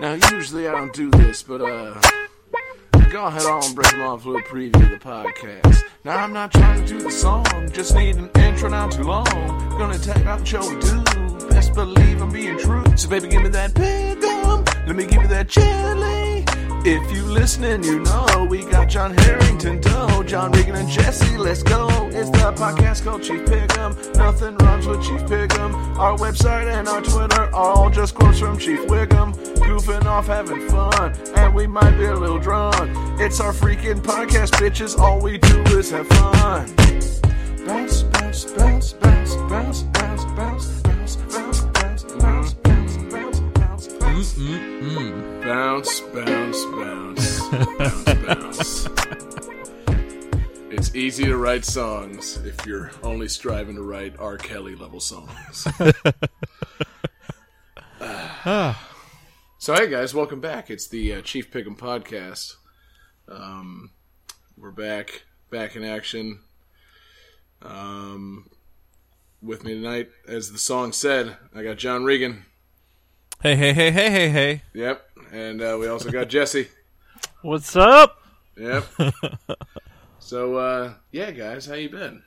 Now, usually I don't do this, but uh, go ahead on and break them off a little preview of the podcast. Now, I'm not trying to do the song, just need an intro not too long. Gonna tag out and show and do. Best believe I'm being true. So, baby, give me that bedgum. Let me give you that jelly. If you listening, you know we got John Harrington Doe, John Regan and Jesse. Let's go. It's the podcast called Chief Pick'em. Nothing rhymes with Chief Pick'em. Our website and our Twitter are all just quotes from Chief Wiggum. Goofing off, having fun, and we might be a little drunk. It's our freaking podcast, bitches. All we do is have fun. Bounce, bounce, bounce, bounce, bounce, bounce, bounce, bounce, bounce, bounce, bounce, bounce, bounce, bounce, bounce. Bounce, bounce, bounce, bounce, bounce. It's easy to write songs if you're only striving to write R. Kelly level songs. so, hey guys, welcome back. It's the uh, Chief Pick'em podcast. Um, we're back, back in action. Um, with me tonight, as the song said, I got John Regan. Hey, hey, hey, hey, hey, hey. Yep, and uh, we also got Jesse. What's up? Yep. so uh yeah, guys, how you been?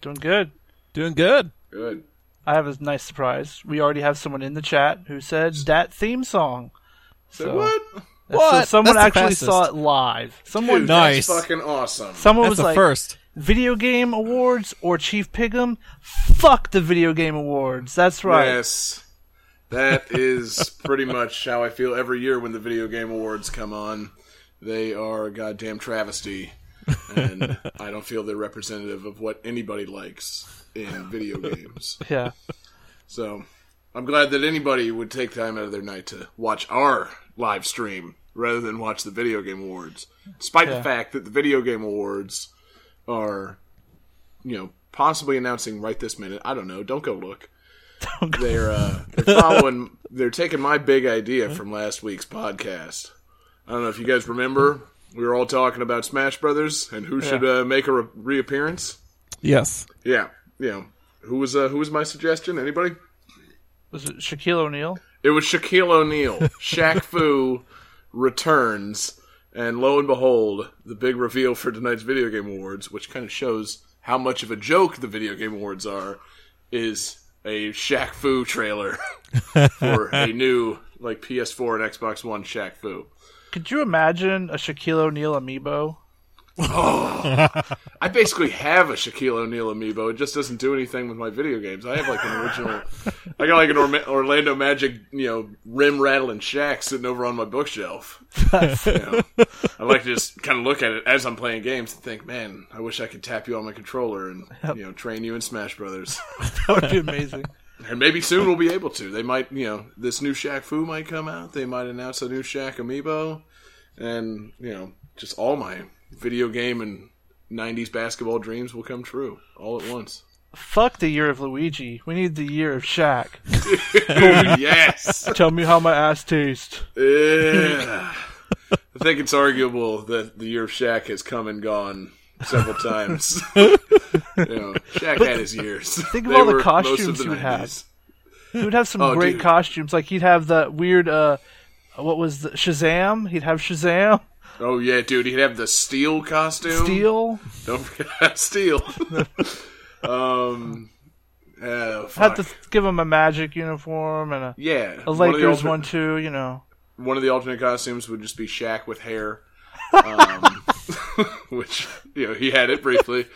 Doing good. Doing good. Good. I have a nice surprise. We already have someone in the chat who said that theme song. So, So- what? So What? someone That's the actually saw fastest. it live. Someone Dude, Nice. That's fucking awesome. someone That's was the like first. video game awards or Chief Piggum. Fuck the video game awards. That's right. Yes. That is pretty much how I feel every year when the video game awards come on. They are a goddamn travesty. And I don't feel they're representative of what anybody likes in video games. Yeah. So I'm glad that anybody would take time out of their night to watch our live stream rather than watch the video game awards, despite the Yeah. fact that the video game awards are, you know, possibly announcing right this minute. I don't know. Don't go look. They're uh, they're following. They're taking my big idea from last week's podcast. I don't know if you guys remember. We were all talking about Smash Brothers and who should uh, make a re- reappearance. Yes. Yeah, you know who was uh, who was my suggestion? Anybody? Was it Shaquille O'Neal? It was Shaquille O'Neal. Shaq Fu returns, and lo and behold, the big reveal for tonight's Video Game Awards, which kind of shows how much of a joke the Video Game Awards are, is a Shaq Fu trailer for a new like PS4 and Xbox One Shaq Fu. Could you imagine a Shaquille O'Neal amiibo? I basically have a Shaquille O'Neal amiibo. It just doesn't do anything with my video games. I have like an original. I got like an Orma- Orlando Magic, you know, rim rattling Shaq sitting over on my bookshelf. You know, I like to just kind of look at it as I'm playing games and think, man, I wish I could tap you on my controller and you know train you in Smash Brothers. That would be amazing. And maybe soon we'll be able to. They might, you know, this new Shaq Fu might come out. They might announce a new Shaq Amiibo, and you know, just all my video game and '90s basketball dreams will come true all at once. Fuck the year of Luigi. We need the year of Shaq. Oh, Dude, yes. Tell me how my ass tastes. Yeah. I think it's arguable that the year of Shaq has come and gone several times. you know, Shaq had his years. think of They all the were most of costumes the he would have. 90s. He would have some Oh, great dude. costumes. Like he'd have the weird, uh, what was the Shazam? He'd have Shazam, Oh yeah, dude, he'd have the steel costume. Steel. Don't forget steel. um, uh, fuck. Had to give him a magic uniform and a, yeah, a one of the Lakers altern- one too. You know, one of the alternate costumes would just be Shaq with hair, um, which you know he had it briefly.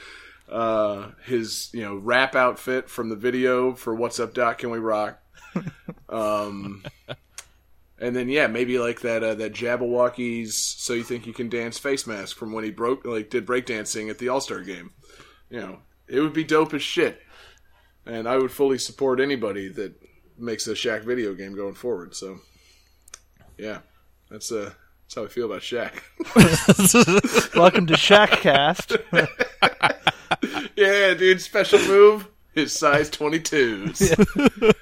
Uh, his you know rap outfit from the video for "What's Up, Doc? Can We Rock?" Um, and then yeah, maybe like that uh, that Jabberwockies "So You Think You Can Dance" face mask from when he broke like did breakdancing at the All Star game. You know, it would be dope as shit, and I would fully support anybody that makes a Shaq video game going forward. So. Yeah, that's uh, that's how I feel about Shaq. welcome to Shaqcast. yeah, dude, special move. His size 22s.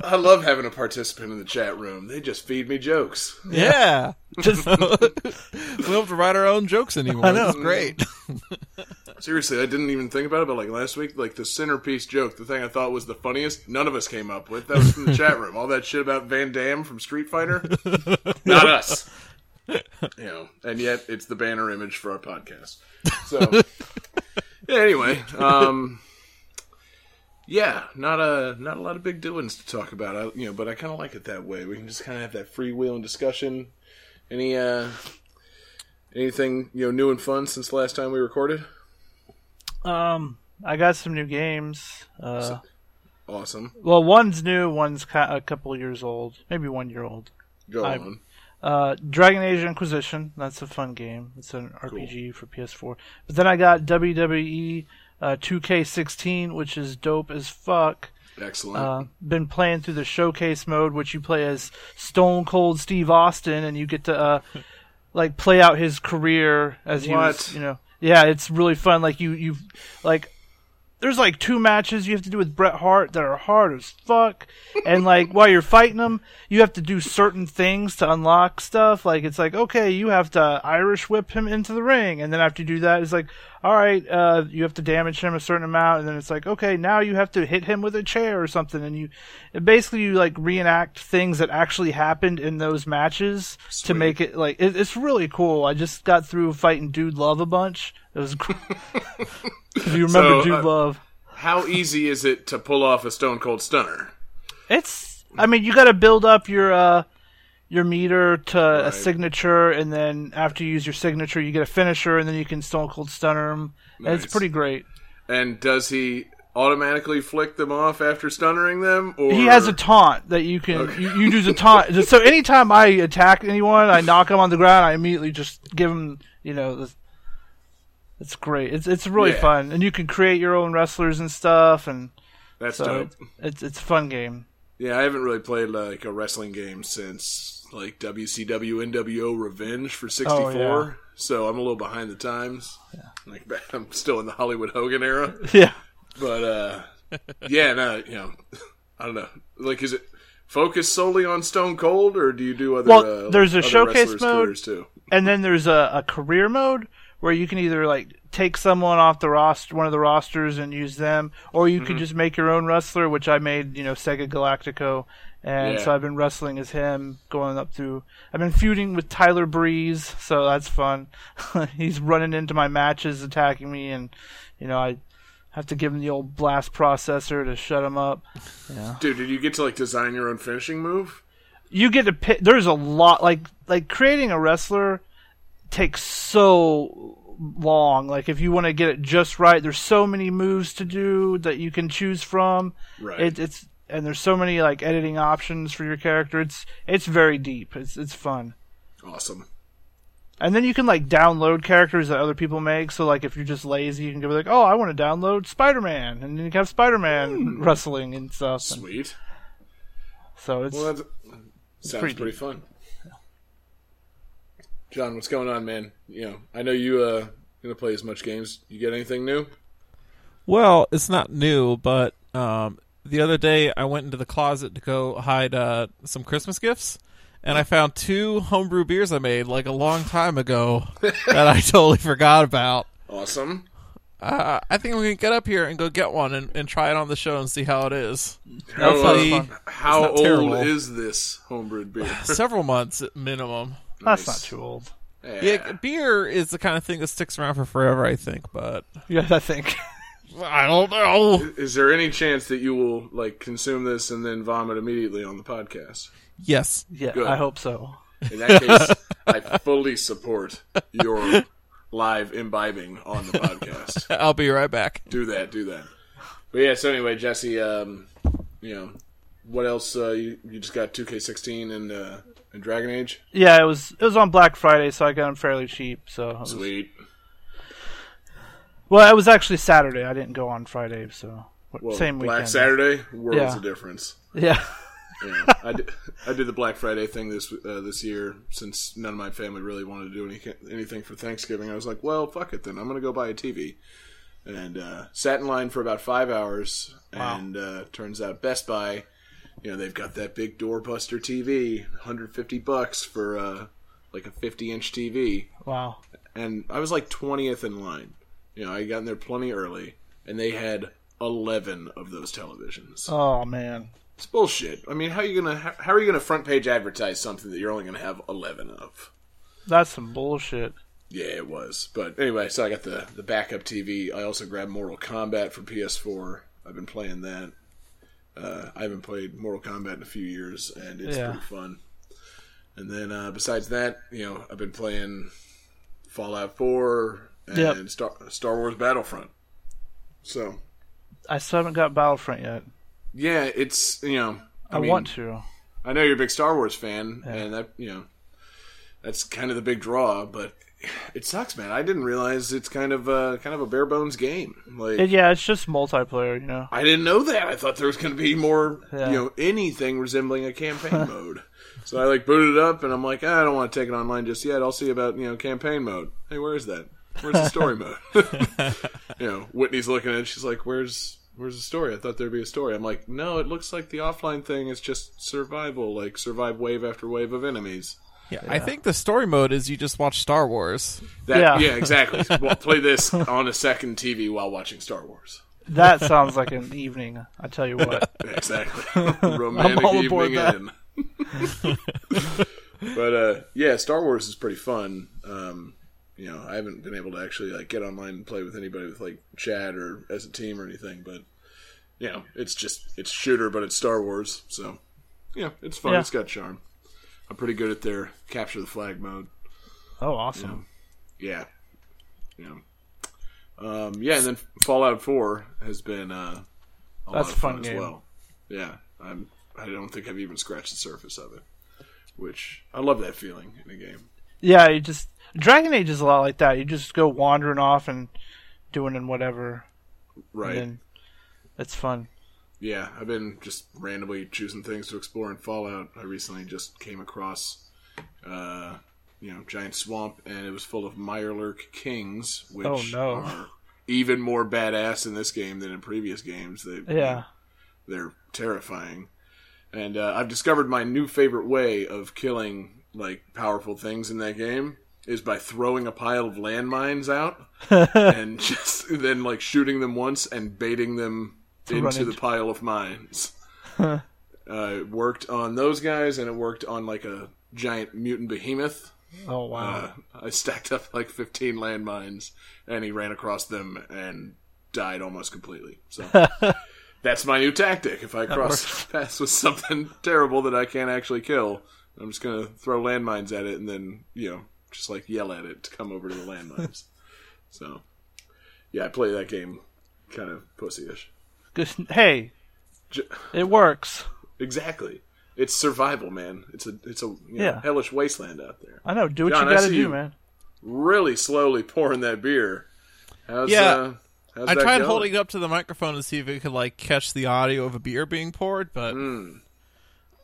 I love having a participant in the chat room. They just feed me jokes. Yeah. Just we don't have to write our own jokes anymore. I know. It's great. seriously, I didn't even think about it, but like last week, like the centerpiece joke, the thing I thought was the funniest, none of us came up with. That was from the chat room. All that shit about Van Damme from Street Fighter, not us. You know, and yet it's the banner image for our podcast. So, yeah, anyway, um, yeah, not a not a lot of big doings to talk about. I, you know, but I kind of like it that way. We can just kind of have that freewheeling discussion. Any uh, anything you know new and fun since last time we recorded? Um, I got some new games. Uh, Awesome. well, one's new, one's ca- a couple years old, maybe one year old. Go I'm- on. Uh, Dragon Age Inquisition. That's a fun game. It's an RPG for PS4. But then I got WWE uh, 2K16, which is dope as fuck. Excellent. Uh, been playing through the showcase mode, which you play as Stone Cold Steve Austin, and you get to uh, like play out his career as he was, What? you know. Yeah, it's really fun. Like you, you, like there's like two matches you have to do with Bret Hart that are hard as fuck, and like while you're fighting him, you have to do certain things to unlock stuff. Like it's like okay, you have to Irish whip him into the ring, and then after you do that, it's like all right, uh, you have to damage him a certain amount, and then it's like okay, now you have to hit him with a chair or something, and you and basically you like reenact things that actually happened in those matches to make it like it, it's really cool. I just got through fighting Dude Love a bunch. It was. Cool. if you So, remember Dude uh, Love. How easy is it to pull off a Stone Cold Stunner? It's. I mean, you got to build up your uh, your meter to a Right. signature, and then after you use your signature, you get a finisher, and then you can Stone Cold Stunner him. And Nice. It's pretty great. And does he automatically flick them off after stunnering them? Or He has a taunt that you can you, you do the taunt. so anytime I attack anyone, I knock him on the ground. I immediately just give him you know. This, it's great. It's it's really Yeah. fun, and you can create your own wrestlers and stuff, and That's so dope. it's it's a fun game. Yeah, I haven't really played like a wrestling game since like WCW NWO Revenge for '64. Oh, yeah. So I'm a little behind the times. Like I'm still in the Hollywood Hogan era. Yeah. But uh yeah, no, you know, I don't know. Like, is it focused solely on Stone Cold, or do you do other? Well, uh, there's a other showcase wrestlers' mode. careers, too. and then there's a, a career mode where you can either like take someone off the roster one of the rosters and use them or you could just make your own wrestler which i made you know sega galactico and Yeah. so i've been wrestling as him going up through i've been feuding with tyler breeze so that's fun he's running into my matches attacking me and you know i have to give him the old blast processor to shut him up Dude, did you get to like design your own finishing move? you get to pick. There's a lot like like creating a wrestler takes so long. Like if you want to get it just right, there's so many moves to do that you can choose from. Right. It, it's and there's so many like editing options for your character. It's it's very deep. It's it's fun. Awesome. And then you can like download characters that other people make. So like if you're just lazy, you can go like, oh, I want to download Spider-Man, and then you can have Hmm. Spider-Man wrestling and stuff. And Sweet. so it's Well, that sounds pretty, pretty fun. John, what's going on, man? You know, I know you uh gonna play as much games. You get anything new? Well, it's not new, but um, the other day I went into the closet to go hide uh, some Christmas gifts, and I found two homebrew beers I made like a long time ago that I totally forgot about. Awesome. Uh, I think I'm gonna get up here and go get one and, and try it on the show and see how it is. How, sounds uh, fun. how It's not old terrible. is this homebrewed beer? Several months at minimum. that's nice. not too old. Yeah. Yeah, beer is the kind of thing that sticks around for forever, I think. But Yes, I think. I don't know. Is there any chance that you will like consume this and then vomit immediately on the podcast? Yes, yeah, Good. I hope so. In that case, I fully support your live imbibing on the podcast. I'll be right back. do that, do that. But yeah, so anyway, Jesse, um, you know, what else? Uh, you, you just got 2K16 and uh, and Dragon Age. Yeah, it was it was on Black Friday, so I got them fairly cheap. So it was- Sweet. well, it was actually Saturday. I didn't go on Friday, so Well, same Black weekend. Saturday, worlds Yeah. of difference. Yeah, Yeah, I, did, I did the Black Friday thing this uh, this year since none of my family really wanted to do any, anything for Thanksgiving. I was like, well, fuck it then. I'm going to go buy a TV. And uh, sat in line for about five hours. And uh, turns out Best Buy, you know, they've got that big doorbuster TV, 150 bucks for uh, like a 50 inch TV. wow. And I was like 20th in line. You know, I got in there plenty early, and they had eleven of those televisions. Oh man. It's bullshit. I mean, how are you gonna how, how are you gonna front page advertise something that you're only gonna have eleven of? That's some bullshit. Yeah, it was. But anyway, so I got the the backup TV. I also grabbed Mortal Kombat for PS4. I've been playing that. Uh, I haven't played Mortal Kombat in a few years, and it's Yeah. pretty fun. And then uh, besides that, you know, I've been playing Fallout 4 and Yep. Star Star Wars Battlefront. So I still haven't got Battlefront yet. yeah, it's you know, I, mean, want to. I know you're a big Star Wars fan, and that you know, that's kind of the big draw. But it sucks, man. I didn't realize it's kind of a kind of a bare bones game. Like It, yeah, it's just multiplayer, you know. I didn't know that. I thought there was going to be more, Yeah. you know, anything resembling a campaign mode. So I like booted it up, and I'm like, "Ah, I don't want to take it online just yet. I'll see about you know campaign mode. Hey, where is that? Where's the story mode? you know, Whitney's looking at it. She's like, "Where's where's the story? I thought there'd be a story." I'm like, "No, it looks like the offline thing is just survival, like survive wave after wave of enemies." Yeah, I think the story mode is you just watch Star Wars. That, yeah. Yeah. exactly. well, play this on a second TV while watching Star Wars. That sounds like an evening. I tell you what. Exactly. Romantic I'm all evening aboard that. in. but uh, yeah, Star Wars is pretty fun. Um, you know, I haven't been able to actually like get online and play with anybody with like chat or as a team or anything, but you know, it's just it's shooter, but it's Star Wars, so yeah, it's fun. Yeah. It's got charm. I'm pretty good at their capture the flag mode. Oh, Mm. awesome. Yeah, yeah, um, yeah. And then Fallout Four has been uh, a lot That's of a fun fun game. as well. Yeah, I'm. I don't think I've even scratched the surface of it, which I love that feeling in a game. Yeah, you just Dragon Age is a lot like that. You just go wandering off and doing and whatever, Right? and then it's fun. yeah, I've been just randomly choosing things to explore in Fallout. I recently just came across, uh, you know, giant swamp, and it was full of Myrlurk kings, which Oh, no. are even more badass in this game than in previous games. They, Yeah, they're terrifying. And uh, I've discovered my new favorite way of killing like powerful things in that game is by throwing a pile of landmines out and just then like shooting them once and baiting them run into the into- pile of mines. uh, it worked on those guys, and it worked on like a giant mutant behemoth. Oh wow. Uh, I stacked up like 15 landmines, and he ran across them and died almost completely. So that's my new tactic. If I cross paths with something terrible that I can't actually kill, I'm just gonna throw landmines at it, and then you know, just like yell at it to come over to the landmines. so yeah, I play that game kind of pussyish. Just, hey, J- it works. exactly. It's survival, man. It's a it's a you know, Yeah. hellish wasteland out there. I know. Do what John, I you gotta see do, you. man. really slowly pouring that beer. How's, Yeah. uh, how's I that tried going? holding up to the microphone to see if it could like catch the audio of a beer being poured, but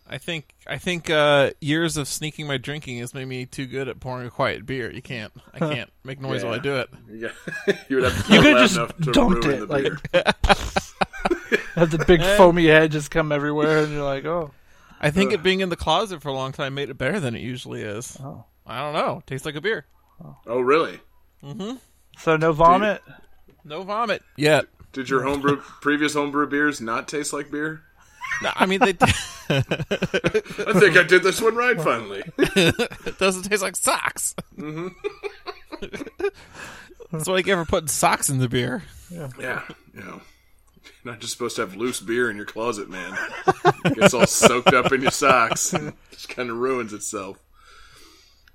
I think I think uh, years of sneaking my drinking has made me too good at pouring a quiet beer. You can't I can't make noise while I Yeah. do it. Yeah. you would have to you could've could just just to dumped ruin it, the like- beer. Have the big foamy head just come everywhere, and you're like, oh, I think it being in the closet for a long time made it better than it usually is. Oh. I don't know. Tastes like a beer. Oh, really? so no vomit. No vomit yet. Did your homebrew previous homebrew beers not taste like beer? No, I mean, they, it I think I did this one right finally. doesn't taste like socks. That's what I get for putting socks in the beer. yeah, you know. You're not just supposed to have loose beer in your closet, man. It gets all soaked up in your socks. and just kind of ruins itself.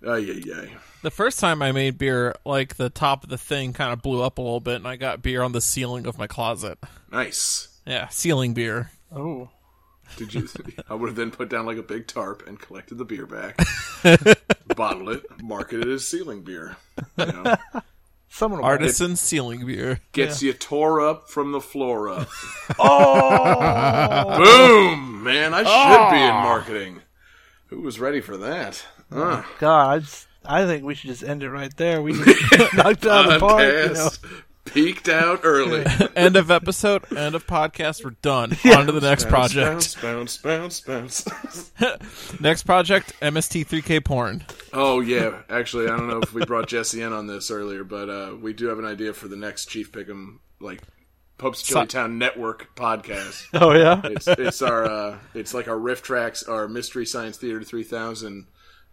Ay, yeah, yeah. The first time I made beer, like the top of the thing kind of blew up a little bit, and I got beer on the ceiling of my closet. Nice. Yeah, ceiling beer. Oh, Did you? I would have then put down like a big tarp and collected the beer back, bottled it, marketed it as ceiling beer. You know, someone will Artisan ceiling beer. gets you tore up from the floor up. Oh, Ah. Boom, man! I should be in marketing. Who was ready for that? Huh. God, I think we should just end it right there. We just knocked it out of the park. You know? Podcast peeked out early. End of episode, end of podcast, we're done. On to the next project. Bounce, bounce, bounce, bounce. Next project, MST3K porn. Oh yeah, actually, I don't know if we brought Jesse in on this earlier, but uh, we do have an idea for the next Chief Pick'em like Pope's Chili Town Network podcast. Oh yeah. It's it's our uh, it's like our riff tracks, our Mystery Science Theater three thousand,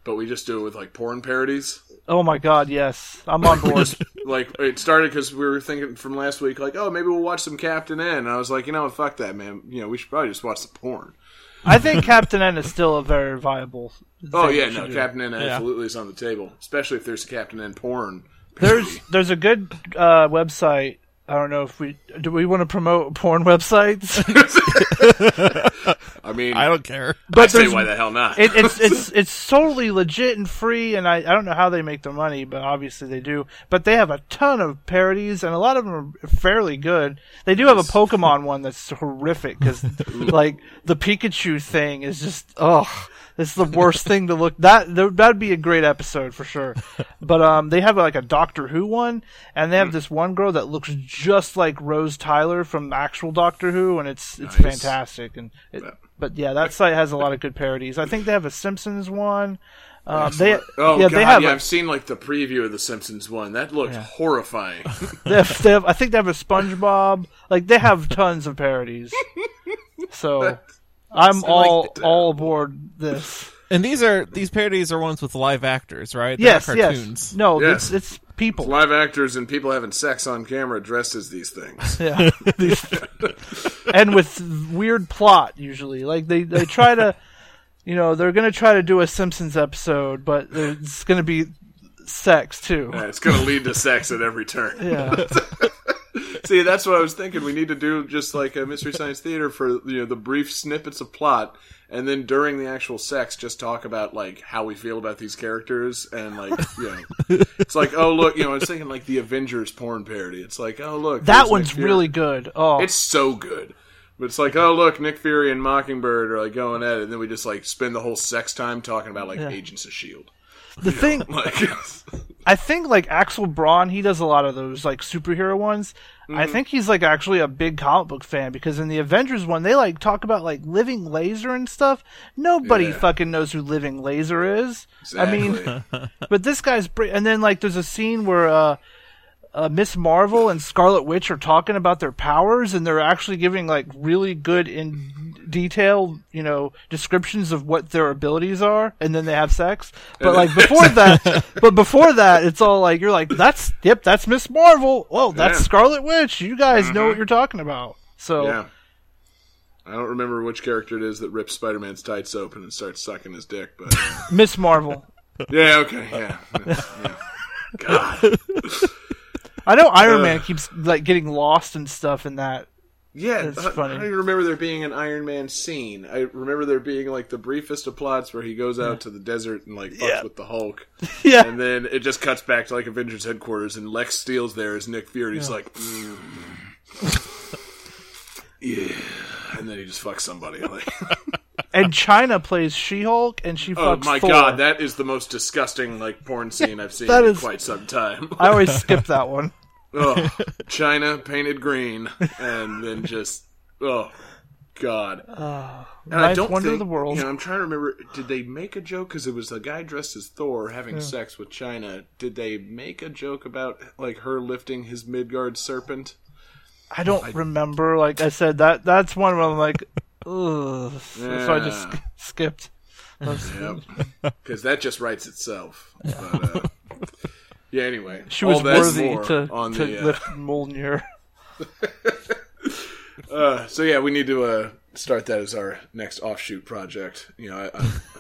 but we just do it with like porn parodies. Oh my God. Yes, I'm on board. Like it started because we were thinking from last week, like oh maybe we'll watch some Captain N. And I was like, you know, what, fuck that, man. You know, we should probably just watch the porn. I think Captain N is still a very viable. Oh thing yeah, we should no, do. Captain N absolutely is on the table, especially if there's a Captain N porn. There's there's a good uh, website. I don't know if we do. We want to promote porn websites, I mean, I I don't care. but say there's why the hell not. it, it's it's it's totally legit and free, and I, I don't know how they make their money, but obviously they do. But they have a ton of parodies, and a lot of them are fairly good. They do have a Pokemon one that's horrific because like the Pikachu thing is just ugh. It's the worst thing to look that that- that'd be a great episode for sure. But um, they have like a Doctor Who one, and they have this one girl that looks just like Rose Tyler from the actual Doctor Who, and it's it's Nice. fantastic. And it, but yeah, that site has a lot of good parodies. I think they have a Simpsons one. Um, they Oh yeah god, they have yeah, a- I've seen like the preview of the Simpsons one. That looked horrifying. they have, they have- I think they have a SpongeBob. Like they have tons of parodies. So I'm all that. all aboard this. And these are these parodies are ones with live actors, right? They're Yes, not yes. cartoons. No, Yes. it's it's people. Live actors and people having sex on camera dressed as these things. Yeah. These- and with weird plot usually. Like they they try to you know, they're going to try to do a Simpsons episode, but it's going to be sex too. Yeah, it's going to lead to sex at every turn. Yeah. See, that's what I was thinking. We need to do just like a Mystery Science Theater for you know the brief snippets of plot, and then during the actual sex, just talk about like how we feel about these characters and like you know, it's like oh look, you know, I was thinking like the Avengers porn parody. It's like oh look, That there's one's Nick Fury. really good. Oh. It's so good. But it's like, oh look, Nick Fury and Mockingbird are like going at it, and then we just like spend the whole sex time talking about like Agents of Shield. the thing E Like, I think like Axel Braun, he does a lot of those like superhero ones. I Mm-hmm. think he's like actually a big comic book fan because in the Avengers one, they like talk about like Living Laser and stuff. Nobody Yeah. fucking knows who Living Laser is. I mean, exactly. but this guy's br- and then like there's a scene where uh, uh Miss Marvel and Scarlet Witch are talking about their powers and they're actually giving like really good in detail, you know, descriptions of what their abilities are and then they have sex. But like before that, but before that it's all like you're like that's yep, that's Miss Marvel. Whoa, that's Yeah. Mm-hmm. Scarlet Witch. You guys know what you're talking about. So yeah. I don't remember which character it is that rips Spider-Man's tights open and starts sucking his dick, but Miss Marvel. yeah, okay, yeah. yeah. God, I know Iron Man keeps like getting lost and stuff in that. yeah. That's I, funny. I don't even remember there being an Iron Man scene. I remember there being like the briefest of plots where he goes out to the desert and like fucks with the Hulk. Yeah. And then it just cuts back to like Avengers headquarters, and Lex Steele's there as Nick Fury. He's like, mm. yeah, and then he just fucks somebody. Like, and China plays She-Hulk, and she oh fucks my Thor. god, that is the most disgusting like porn scene I've seen That in is- quite some time. I always skip that one. Ugh. China painted green, and then just oh god. and ninth wonder of the world. You know, I'm trying to remember. Did they make a joke? Because it was the guy dressed as Thor having sex with China. Did they make a joke about like her lifting his Midgard serpent? I don't remember. Like I said, that that's one where I'm like, ugh. So I just Yeah. sk- skipped. Yep. Because that just writes itself. But, uh, yeah. Anyway, She was all that and worthy more to, on to the. uh, lift Mjolnir. Uh, so yeah, we need to uh, start that as our next offshoot project. You know, I,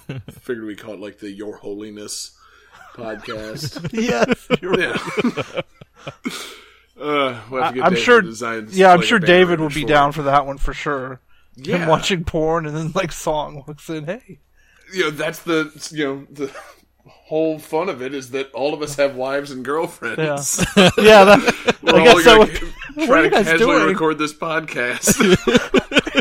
I figured we call it like the Your Holiness podcast. yes. yeah. Uh, we'll have to get I'm David sure- to design, Yeah, I'm like, a sure banner David or will be something. down for that one for sure. Yeah, Him watching porn and then like Song walks in. Hey, you know, that's the you know the whole fun of it is that all of us have wives and girlfriends. yeah. That, We're I guess that all would. gonna what are try you to guys casually doing? record this podcast.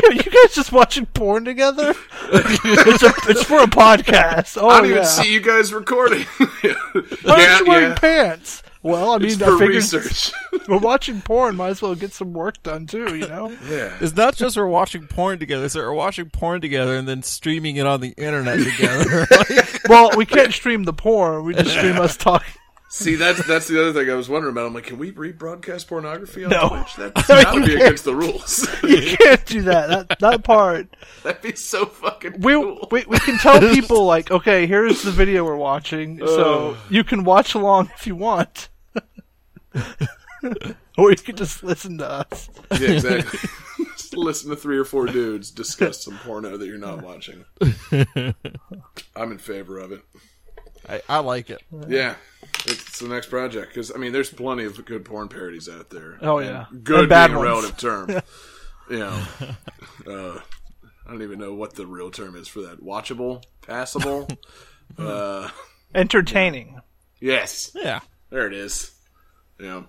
Are you guys just watching porn together? it's, a- it's for a podcast. Oh I don't yeah. even see you guys recording. yeah, Why aren't you wearing yeah. pants? Well, I mean, It's I for figured research. we're watching porn. Might as well get some work done too. You know. yeah. It's not just we're watching porn together. It's that we're watching porn together and then streaming it on the internet together. well, we can't stream the porn. We just stream us talking. See, that's that's the other thing I was wondering about. I'm like, can we rebroadcast pornography on No. Twitch? That's got to be against the rules. You can't do that. That that part. That'd be so fucking We, cool. we we can tell people like, okay, here's the video we're watching, so you can watch along if you want, or you can just listen to us. Yeah, exactly. Just listen to three or four dudes discuss some porno that you're not watching. I'm in favor of it. I, I like it. Yeah, it's the next project because I mean, there's plenty of good porn parodies out there. Oh, yeah. And good And bad being a ones. relative term. You know, uh, I don't even know what the real term is for that. Watchable, passable. uh, Entertaining. yes, Yeah. there it is. Yeah.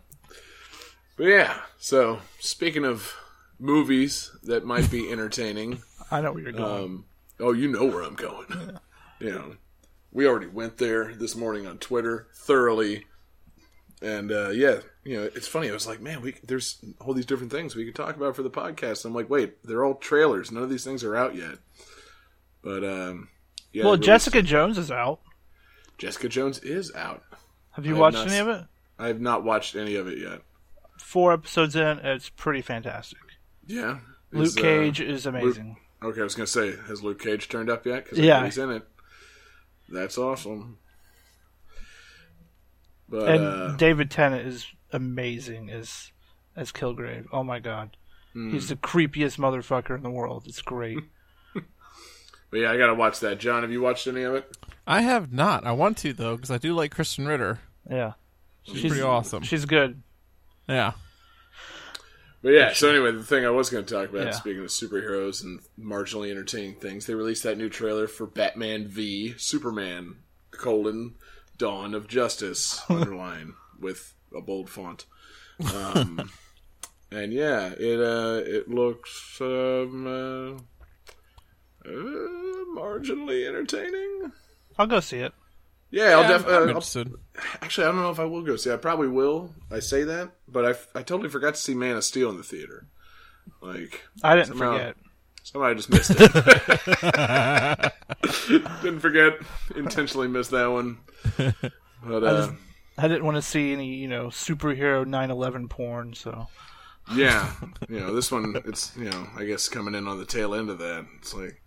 But yeah, so speaking of movies that might be entertaining. I know what you're going. Um, oh, you know where I'm going. You know, we already went there this morning on Twitter thoroughly, and uh, yeah, you know, it's funny. I was like, man, we there's all these different things we could talk about for the podcast. I'm like, wait, they're all trailers. None of these things are out yet. But um, yeah, well, the release- Jessica Jones is out. Jessica Jones is out. Have you I have watched not any s- of it? I have not watched any of it yet. Four episodes in. It's pretty fantastic. Yeah, Luke Is, uh, Cage is amazing. okay, I was gonna say, has Luke Cage turned up yet? Because Yeah. he's in it. That's awesome. But and uh, David Tennant is amazing as as Kilgrave. Oh my god, Hmm. he's the creepiest motherfucker in the world. It's great. But yeah, I gotta watch that. John, have you watched any of it? I have not. I want to though because I do like Kristen Ritter. yeah, she's, pretty awesome. She's good. Yeah. But yeah, so anyway, the thing I was gonna talk about, Yeah. speaking of superheroes and marginally entertaining things, they released that new trailer for Batman v Superman: colon Dawn of Justice underline with a bold font. Um, and yeah, it uh, it looks um, uh, uh, marginally entertaining. I'll go see it. Yeah, I'll I'm- I'm definitely. interested. Actually, I don't know if I will go see. it. I probably will. I say that, but I, f- I totally forgot to see Man of Steel in the theater. Like I didn't Somehow- forget. somebody Oh, just missed it. Didn't forget. Intentionally missed that one. But uh, I didn't want to see any you know superhero 9/11 porn. So yeah, you know this one. It's you know I guess coming in on the tail end of that. It's like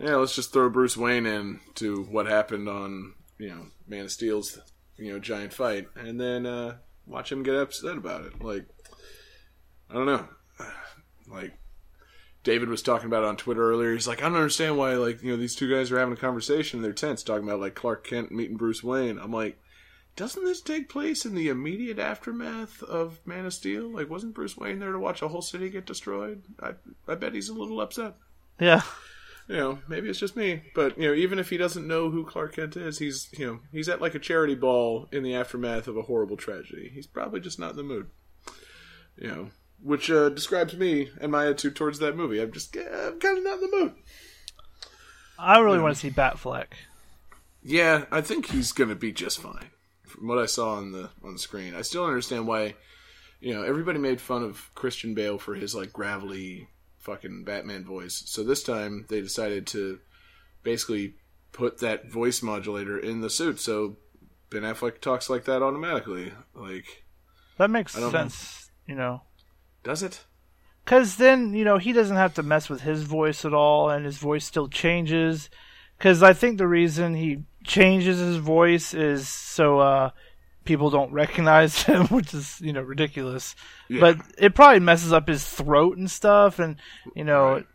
yeah, let's just throw Bruce Wayne in to what happened on you know Man of Steel's you know giant fight, and then uh, watch him get upset about it. Like I don't know. Like David was talking about it on Twitter earlier. He's like, I don't understand why like you know these two guys are having a conversation. and They're tense, talking about like Clark Kent meeting Bruce Wayne. I'm like. Doesn't this take place in the immediate aftermath of Man of Steel? Like, wasn't Bruce Wayne there to watch a whole city get destroyed? I, I bet he's a little upset yeah, you know, maybe it's just me, but you know, even if he doesn't know who Clark Kent is, he's you know, he's at like a charity ball in the aftermath of a horrible tragedy. He's probably just not in the mood. You know, which uh, describes me and my attitude towards that movie. I'm just uh, I'm kind of not in the mood. I Hmm. really want to see Batfleck. Yeah, I think he's going to be just fine. From what I saw on the on the screen, I still don't understand why. You know, everybody made fun of Christian Bale for his like gravelly fucking Batman voice. So this time they decided to basically put that voice modulator in the suit, so Ben Affleck talks like that automatically. Like, That makes don't sense. You know. does it? Because then, you know, he doesn't have to mess with his voice at all, and his voice still changes. Because I think the reason he changes his voice is so uh, people don't recognize him, which is, you know, ridiculous. But it probably messes up his throat and stuff, and, you know. Right.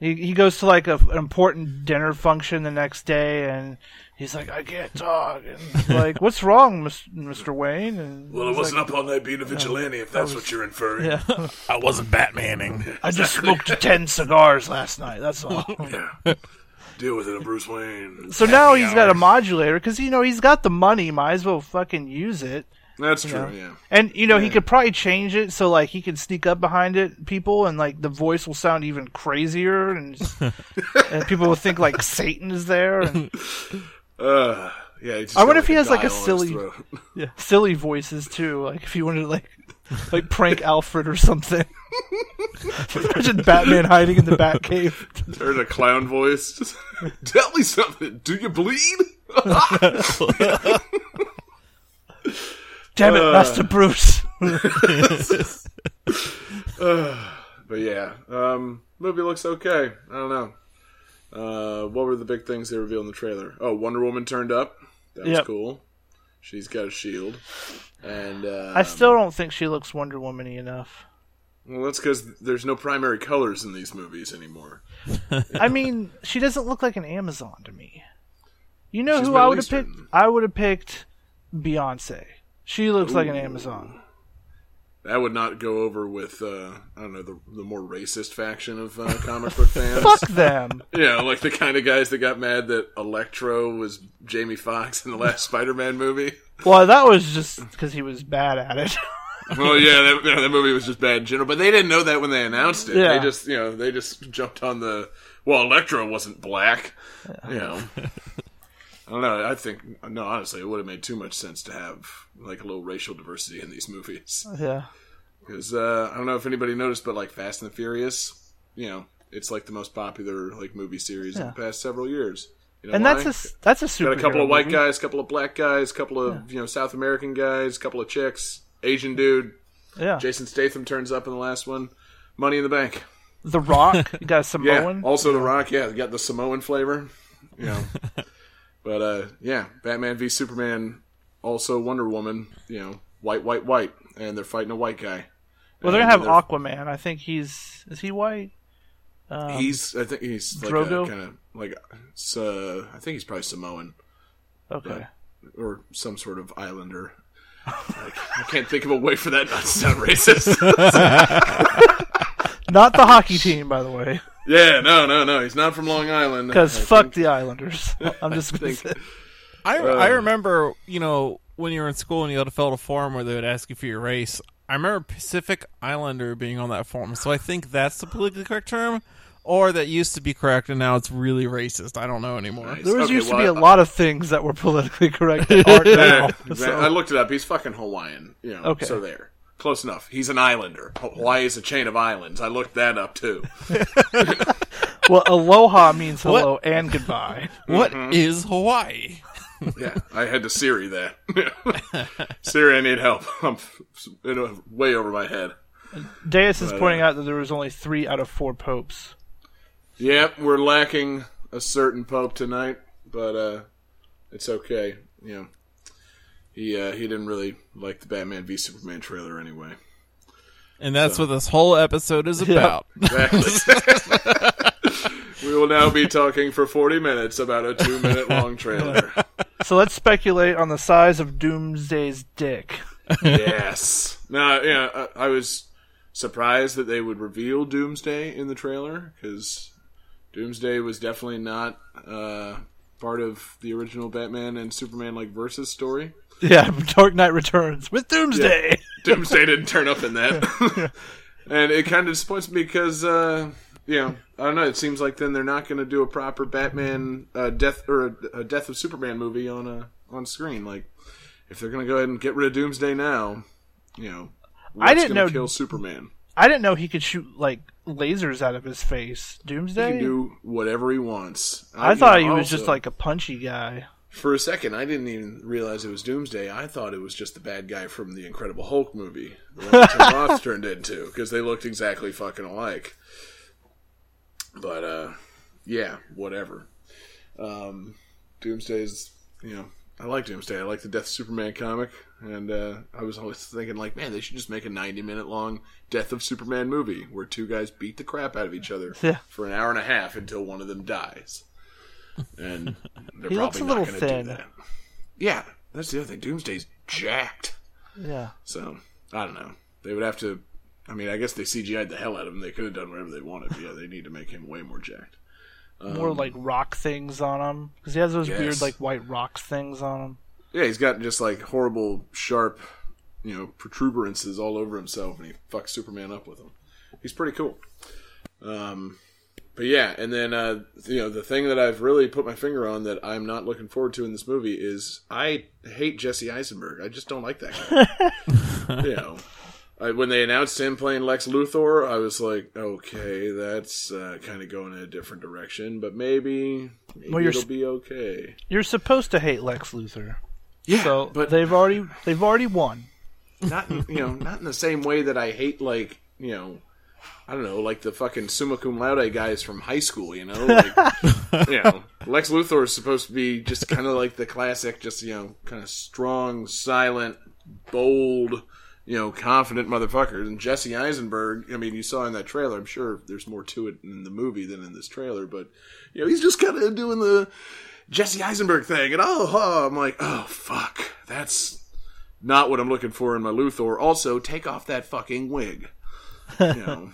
He, he goes to like a, an important dinner function the next day, and he's like, "I can't talk." And it's like, what's wrong, Mister Wayne? And Well, I wasn't up all night being a vigilante, if that's what you're inferring. yeah. I wasn't Batmaning. I just smoked ten cigars last night. That's all. yeah. Deal with it, Bruce Wayne. So now he's got a modulator because you know he's got the money. Might as well fucking use it. That's true. Oh, Yeah. And you know he could probably change it so like he could sneak up behind it, people, and like the voice will sound even crazier, and and people will think like Satan is there. And Uh, Yeah, it's I wonder if he has, like, a silly- throat. Yeah, silly voices too. Like if you wanted to like like prank Alfred or something. Imagine Batman hiding in the Batcave. There's a clown voice. Just, Tell me something. Do you bleed? Damn it, Uh. Master Bruce. But yeah, um, movie looks okay. I don't know. Uh, what were the big things they revealed in the trailer? Oh, Wonder Woman turned up. That was Yep. cool. She's got a shield, and uh, I still don't think she looks Wonder Woman-y enough. well, that's because there's no primary colors in these movies anymore. I mean, she doesn't look like an Amazon to me. You know She's who Middle I would have picked? Eastern. I would have picked Beyonce. She looks like an Amazon. That would not go over with uh, I don't know the, the more racist faction of uh, comic book fans. Fuck them. Yeah, like the kind of guys that got mad that Electro was Jamie Foxx in the last Spider-Man movie. Well, that was just because he was bad at it. Well, yeah, that, yeah, that movie was just bad in general, but they didn't know that when they announced it. Yeah. They just, you know, they just jumped on the. Well, Electro wasn't black, you know. I don't know. I think no. Honestly, it would have made too much sense to have like a little racial diversity in these movies. yeah. Because uh, I don't know if anybody noticed, but like Fast and the Furious, you know, it's like the most popular like movie series in Yeah. the past several years. You know And why? that's a that's a superhero. Got a couple of white movie. guys, couple of black guys, couple of you know South American guys, couple of chicks, Asian dude. Yeah. Jason Statham turns up in the last one. Money in the Bank. The Rock. You got a Yeah. Samoan. Also The Rock. Yeah, they got the Samoan flavor. You know. but uh, yeah, Batman v Superman. Also Wonder Woman. You know, white, white, white, and they're fighting a white guy. well, they're gonna And have Aquaman. I think he's is he white? He's. I think he's like Drogo? kind of like. Uh, I think he's probably Samoan. Okay. or some sort of islander. Like, I can't think of a way for that not to sound racist. Not the hockey team, by the way, yeah, no, no, no. He's not from Long Island. because I fuck think- the Islanders. I'm just gonna think- say. I, I remember, you know, when you were in school and you had to fill out a form where they would ask you for your race. I remember Pacific Islander being on that form, so I think that's the politically correct term, or that used to be correct and now it's really racist. I don't know anymore. Nice. There was Okay, used to well, be I- a lot of things that were politically correct that aren't Yeah, now. exactly. Oh, So, I looked it up. He's fucking Hawaiian. You know, Okay. So there. Close enough. He's an islander. Hawaii is a chain of islands. I looked that up too. well, aloha means hello and goodbye. What is Hawaii? Yeah, I had to Siri that. Siri, I need help. I'm you know, way over my head. Deus is pointing out that there was only three out of four popes. Yep, we're lacking a certain pope tonight, but uh it's okay. You know, he uh, he didn't really like the Batman v Superman trailer anyway. And that's what this whole episode is about. we will now be talking for forty minutes about a two minute long trailer. So let's speculate on the size of Doomsday's dick. yes. Now, yeah, I, I was surprised that they would reveal Doomsday in the trailer because Doomsday was definitely not uh, part of the original Batman and Superman like versus story. Yeah, Dark Knight Returns with Doomsday. Doomsday didn't turn up in that. and it kind of disappoints me because, uh, you know, I don't know. It seems like then they're not going to do a proper Batman uh, death or a, a Death of Superman movie on a on screen. Like, if they're going to go ahead and get rid of Doomsday now, you know, what's I didn't gonna know- kill Superman. I didn't know he could shoot like lasers out of his face. He Doomsday. can do whatever he wants. I you thought know, he was just also- like a punchy guy. for a second. I didn't even realize it was Doomsday. I thought it was just the bad guy from the Incredible Hulk movie, the one that Tim Roth turned into, because they looked exactly fucking alike. But uh, yeah, whatever. Um, Doomsday's, you know, I like Doomsday. I like the Death of Superman comic, and uh, I was always thinking like, man, they should just make a ninety-minute long Death of Superman movie where two guys beat the crap out of each other Yeah. for an hour and a half until one of them dies. And they're He probably looks a not little gonna thin. do that. Yeah, that's the other thing. Doomsday's jacked. Yeah. So I don't know. They would have to. I mean, I guess they CGI'd the hell out of him. They could have done whatever they wanted. But yeah, they need to make him way more jacked. More like rock things on him because he has those Um, Yes. weird like white rocks things on him. Yeah, he's got just like horrible, sharp, you know, protuberances all over himself, and he fucks Superman up with them. He's pretty cool. Um, But yeah, and then uh, you know the thing that I've really put my finger on that I'm not looking forward to in this movie is I hate Jesse Eisenberg. I just don't like that guy. you know, I, when they announced him playing Lex Luthor, I was like, okay, that's uh, kind of going in a different direction, but maybe, maybe Well, you're it'll s- be okay. You're supposed to hate Lex Luthor. Yeah, So but they've already they've already won. not in- you know not in the same way that I hate like you know I don't know like the fucking summa cum laude guys from high school you know like you know Lex Luthor is supposed to be just kind of like the classic just you know kind of strong silent bold you know confident motherfucker and Jesse Eisenberg I mean you saw in that trailer I'm sure there's more to it in the movie than in this trailer but you know he's just kind of doing the Jesse Eisenberg thing and oh, oh I'm like oh fuck that's not what I'm looking for in my Luthor. Also, take off that fucking wig. You know,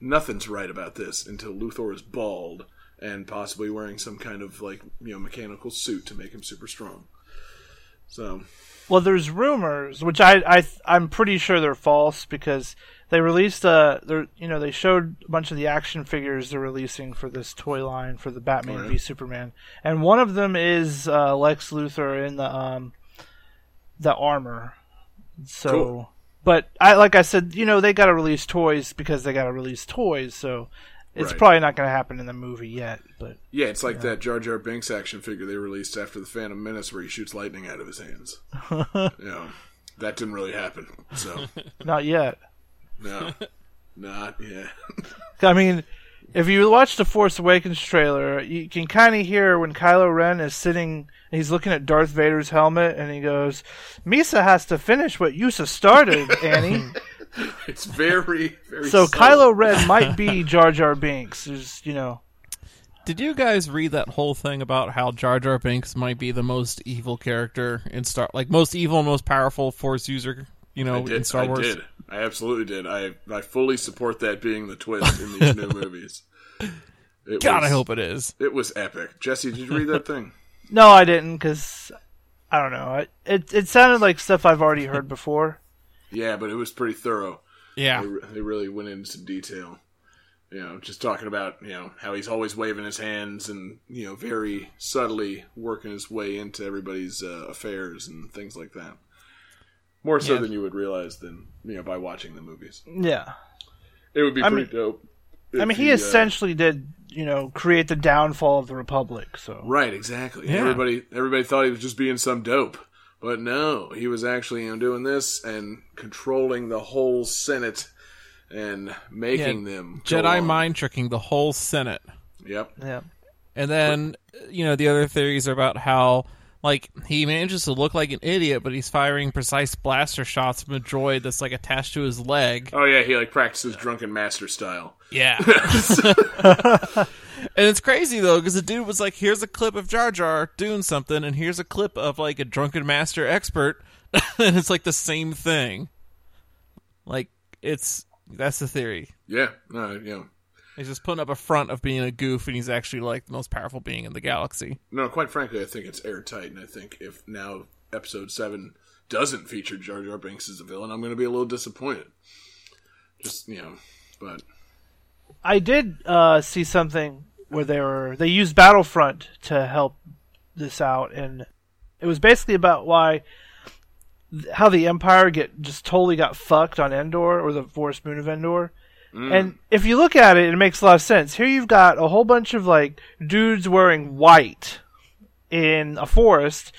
nothing's right about this until Luthor is bald and possibly wearing some kind of like you know mechanical suit to make him super strong. So Well, there's rumors, which I, I I'm pretty sure they're false because they released uh they you know they showed a bunch of the action figures they're releasing for this toy line for the Batman Alright. v Superman, and one of them is uh, Lex Luthor in the um the armor. So, Cool. but I like I said, you know they got to release toys because they got to release toys, so. It's Right. probably not going to happen in the movie yet, but yeah, it's like that Jar Jar Binks action figure they released after the Phantom Menace, where he shoots lightning out of his hands. you know, that didn't really happen. So not yet. no, not yeah. I mean, if you watch the Force Awakens trailer, you can kind of hear when Kylo Ren is sitting, he's looking at Darth Vader's helmet, and he goes, "Misa has to finish what Yusa started, Annie." It's very very. so subtle. Kylo Ren might be Jar Jar Binks. There's, you know, Did you guys read that whole thing about how Jar Jar Binks might be the most evil character in Star, like most evil, and most powerful Force user? You know, I did. in Star Wars. I did. I absolutely did. I I fully support that being the twist in these new movies. It God, was, I hope it is. it was epic. Jesse, did you read that thing? no, I didn't because I don't know. It, it it sounded like stuff I've already heard before. Yeah, but it was pretty thorough. Yeah, They, re- they really went into some detail. You know, just talking about you know how he's always waving his hands and you know very subtly working his way into everybody's uh, affairs and things like that. More so Yeah. than you would realize than you know by watching the movies. Yeah, It would be I pretty mean- dope. I if mean, he uh, essentially did, you know, create the downfall of the Republic. So Right, exactly. Yeah. Everybody everybody thought he was just being some dope. But no, he was actually you know, doing this and controlling the whole Senate and making Yeah, them go Jedi along. mind tricking the whole Senate. Yep. yeah. And then, you know, the other theories are about how, like, he manages to look like an idiot, but he's firing precise blaster shots from a droid that's, like, attached to his leg. Oh yeah, he like practices drunken master style. Yeah. and it's crazy, though, because the dude was like, here's a clip of Jar Jar doing something, and here's a clip of, like, a drunken master expert. and it's, like, the same thing. Like, it's. That's the theory. Yeah. No, you know. He's just putting up a front of being a goof, and he's actually, like, the most powerful being in the galaxy. No, quite frankly, I think it's airtight and I think if now episode 7 doesn't feature Jar Jar Binks as a villain, I'm going to be a little disappointed. Just, you know, but I did uh, see something where they were they used Battlefront to help this out, and it was basically about why how the Empire get just totally got fucked on Endor or the Forest Moon of Endor. And if you look at it, it makes a lot of sense. Here you've got a whole bunch of like dudes wearing white in a forest,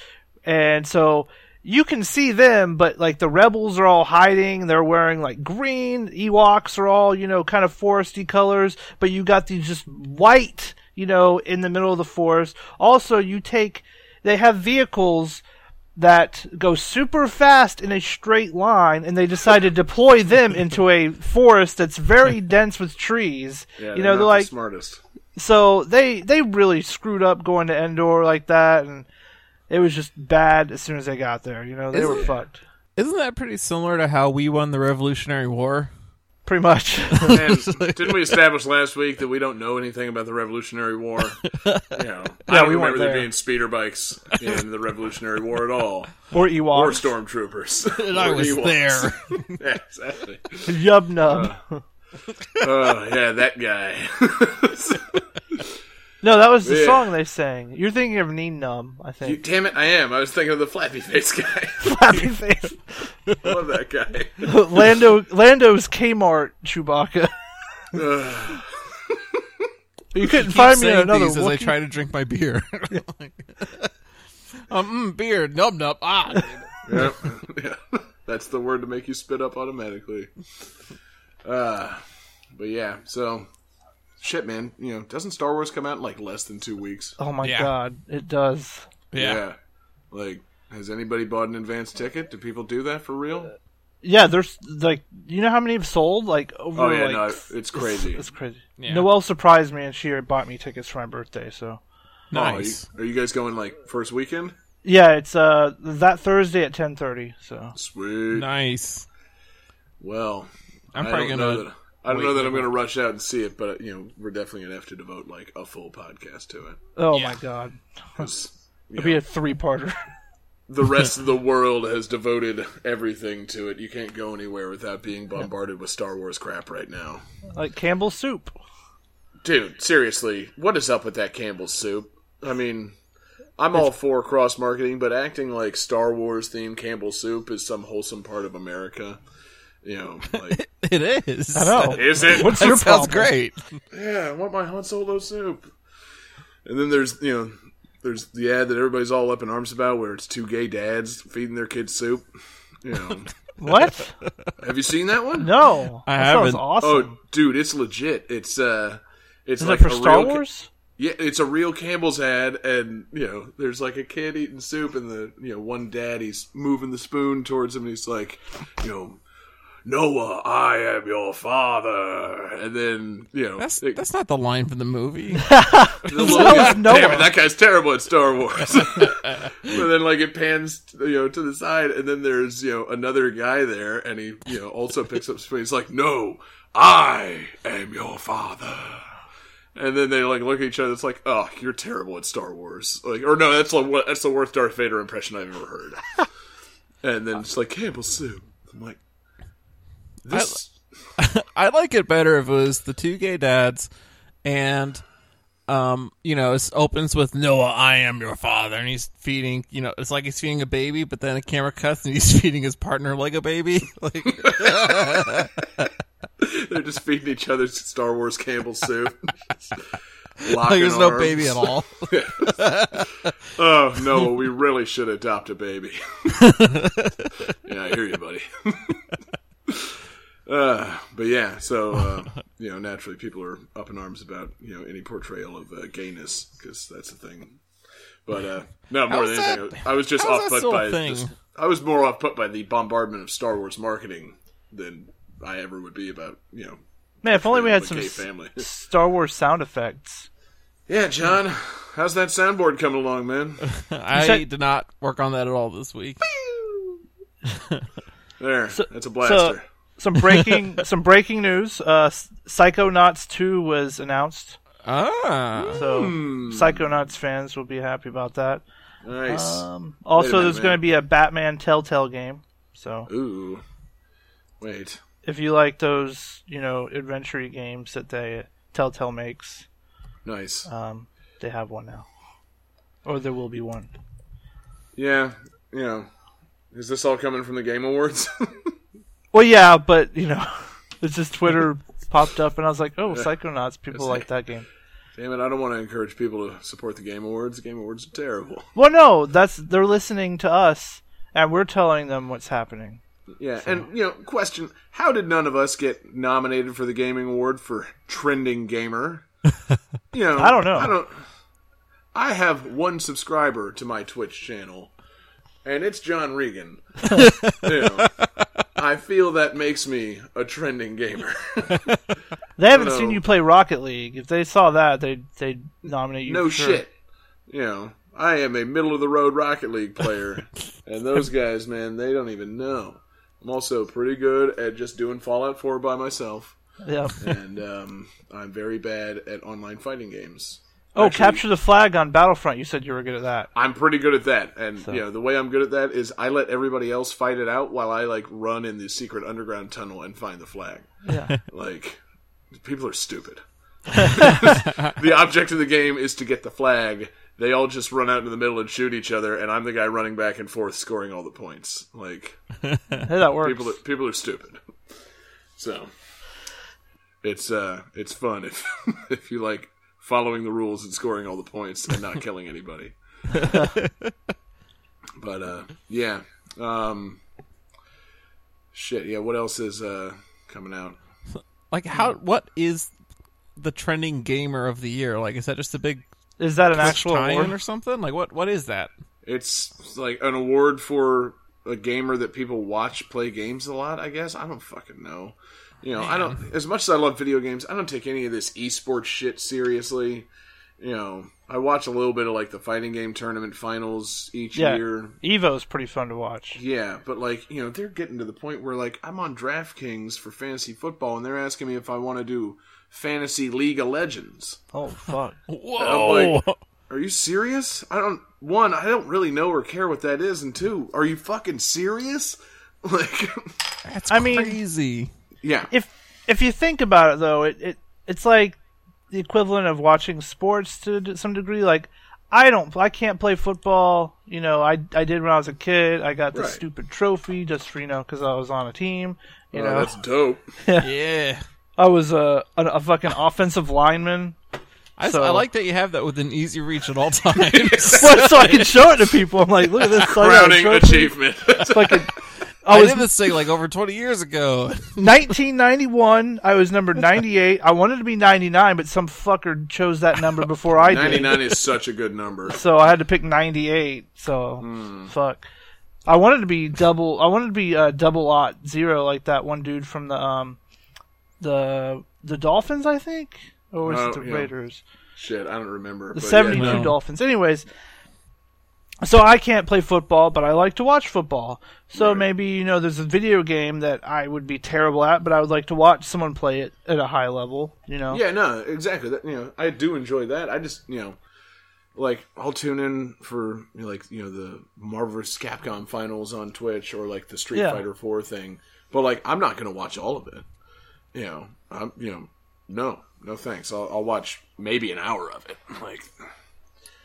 and so you can see them, but like the rebels are all hiding. They're wearing like green. Ewoks are all you know kind of foresty colors, but you got these just white, you know, in the middle of the forest. Also, you take they have vehicles that go super fast in a straight line, and they decide to deploy them into a forest that's very dense with trees. yeah, you know, not they're like the smartest. so they they really screwed up going to Endor like that, and it was just bad as soon as they got there. You know, they were fucked Isn't that pretty similar to how we won the Revolutionary War? pretty much. And didn't we establish last week that we don't know anything about the Revolutionary War? You know, I don't we weren't remember there there. being speeder bikes in the Revolutionary War at all, or or Ewoks. stormtroopers. And I Or was Ewoks. there. yeah, exactly. Yub nub. Oh yeah, that guy. No, that was the Yeah. song they sang. You're thinking of Neen Numb, I You- think. damn it, I am. I was thinking of the flappy face guy. Happy face. I love that guy. Lando Lando's Kmart Chewbacca. Ugh. You couldn't Keep find me saying in another these as I Wookiee. try to drink my beer. um, mm, beer, nub nub. Ah, damn it. Yep. yeah. That's the word to make you spit up automatically. Uh, but yeah, so shit, man. You know, doesn't Star Wars come out in like less than two weeks? Oh my Yeah. god, it does. yeah. Like, has anybody bought an advance ticket? Do people do that for real? Uh, Yeah, there's like you know how many have sold like over. Oh, yeah, like, no, it's crazy. It's, crazy. Yeah. Noelle surprised me, and she bought me tickets for my birthday. So nice. Oh, are, you, are you guys going like first weekend? yeah, it's uh that Thursday at ten thirty. So Sweet. nice. Well, I'm I probably don't gonna know that, I don't wait know that for I'm going to rush out and see it, but you know, we're definitely going to have to devote like a full podcast to it. oh Yeah. my god, 'Cause, you it'll be know, a three parter. the rest of the world has devoted everything to it. You can't go anywhere without being bombarded with Star Wars crap right now. like Campbell's soup. Dude, seriously, what is up with that Campbell's soup? I mean, I'm all for cross marketing, but acting like Star Wars themed Campbell's soup is some wholesome part of America. You know, like, It is. I know. is it? What's That your sounds problem? great. yeah, I want my Han Solo soup. And then there's you know there's the ad that everybody's all up in arms about where it's two gay dads feeding their kids soup. You know, What? have you seen that one? No, I that sounds haven't. awesome. Oh, dude, it's legit. It's uh, it's Is like it for a Star real ca- Wars? yeah, it's a real Campbell's ad, and you know, there's like a kid eating soup, and the you know one dad he's moving the spoon towards him, and he's like, you know. Noah, I am your father, and then you know That's it- that's not the line from the movie. The little guy- Noah. Damn it, that guy's terrible at Star Wars. but then, like, it pans, you know, to the side, and then there's, you know, another guy there, and he, you know, also picks up space. He's like, no, I am your father. And then they like look at each other. It's like, oh, you're terrible at Star Wars. Like, or no, that's like that's the worst Darth Vader impression I've ever heard. and then it's like Campbell soup. I'm like, this. I like it better if it was the two gay dads, and um, you know, it opens with Noah, I am your father, and he's feeding. You know, it's like he's feeding a baby, but then the camera cuts and he's feeding his partner like a baby. Like, they're just feeding each other Star Wars Campbell soup. like Locking there's no arms. baby at all. Oh no, we really should adopt a baby. yeah, I hear you, buddy. uh, but yeah, so uh, you know, naturally, people are up in arms about you know any portrayal of uh, gayness because that's the thing. But uh, no, more How's than anything, that- I was just how's off that put still a by thing? this- I was more off put by the bombardment of Star Wars marketing than I ever would be about you know. Man, if only we had a some gay s- family. Star Wars sound effects. Yeah, John, how's that soundboard coming along, man? I said- did not work on that at all this week. There, that's a blaster. Some breaking, some breaking news. Uh, S- Psychonauts two was announced, Ah, so Hmm. Psychonauts fans will be happy about that. nice. uh, Um, also, minute, there's man. going to be a Batman Telltale game. So Ooh. Wait. if you like those, you know, adventure games that they Telltale makes, Nice. um, they have one now, or there will be one. yeah. You know. Is this all coming from the Game Awards? Well, yeah, but you know, it's just Twitter popped up, and I was like, oh, Psychonauts. People It's like that game. Damn it, I don't want to encourage people to support the Game Awards. The Game Awards are terrible. Well, no, that's they're listening to us, and we're telling them what's happening. Yeah, and, you know, question How did none of us get nominated for the Gaming Award for Trending Gamer? You know, I don't know. I don't. I have one subscriber to my Twitch channel, and it's John Regan. you know, I feel that makes me a trending gamer. They haven't No. seen you play Rocket League. If they saw that, they would they would nominate you. no for sure. shit. You know, I am a middle of the road Rocket League player, and those guys, man, they don't even know. I'm also pretty good at just doing Fallout 4 by myself, Yeah. and um, I'm very bad at online fighting games. Oh, Actually- capture the flag on Battlefront. You said you were good at that. I'm pretty good at that, and you know the way I'm good at that is I let everybody else fight it out while I like run in the secret underground tunnel and find the flag. Yeah. Like people are stupid. the object of the game is to get the flag. They all just run out into the middle and shoot each other, and I'm the guy running back and forth scoring all the points. Like Hey, that works. people, are, people are stupid. So it's uh, it's fun if if you like following the rules and scoring all the points and not killing anybody. but uh, yeah, um, shit. Yeah, what else is uh coming out? Like how? What is the trending gamer of the year? Like, is that just a big Is that an actual actual award? tie-in or something? Like, what? What is that? It's like an award for a gamer that people watch play games a lot. I guess I don't fucking know. You know, I don't. As much as I love video games, I don't take any of this esports shit seriously. You know, I watch a little bit of like the fighting game tournament finals each Yeah. year. Evo's pretty fun to watch. Yeah, but like you know, they're getting to the point where like I'm on DraftKings for fantasy football, and they're asking me if I want to do fantasy League of Legends. Oh fuck. Whoa! like- Are you serious? I don't. One, I don't really know or care what that is, and two, are you fucking serious? Like, That's I mean- crazy. yeah, if if you think about it though, it, it it's like the equivalent of watching sports to d- some degree. Like I don't, I can't play football. You know, I I did when I was a kid. I got this Right. stupid trophy just for you know because I was on a team. You Oh, know, that's dope. yeah. I was a, a a fucking offensive lineman. I, s- So- I like that you have that within easy reach at all times. Well, so I can show it to people. I'm like, look at this son, I got a Crowning trophy. achievement. Fucking, I I was did this thing like over 20 years ago. 1991. I was number 98. I wanted to be 99, but some fucker chose that number before I did. Ninety nine is such a good number. so I had to pick 98. So Hmm. fuck. I wanted to be double. I wanted to be uh, double aught zero like that one dude from the um the the Dolphins, I think, or was Oh, it the yeah. Raiders? Shit, I don't remember. The but yeah, 72 no. Dolphins. Anyways, so I can't play football, but I like to watch football. So maybe, you know, there's a video game that I would be terrible at, but I would like to watch someone play it at a high level, you know? Yeah, no, exactly. That, you know, I do enjoy that. I just, you know, like I'll tune in for you know, like you know the Marvel vs. Capcom finals on Twitch or like the Street Yeah. Fighter Four thing, but like I'm not gonna watch all of it. You know, I'm you know, no, no thanks. I'll, I'll watch maybe an hour of it. Like,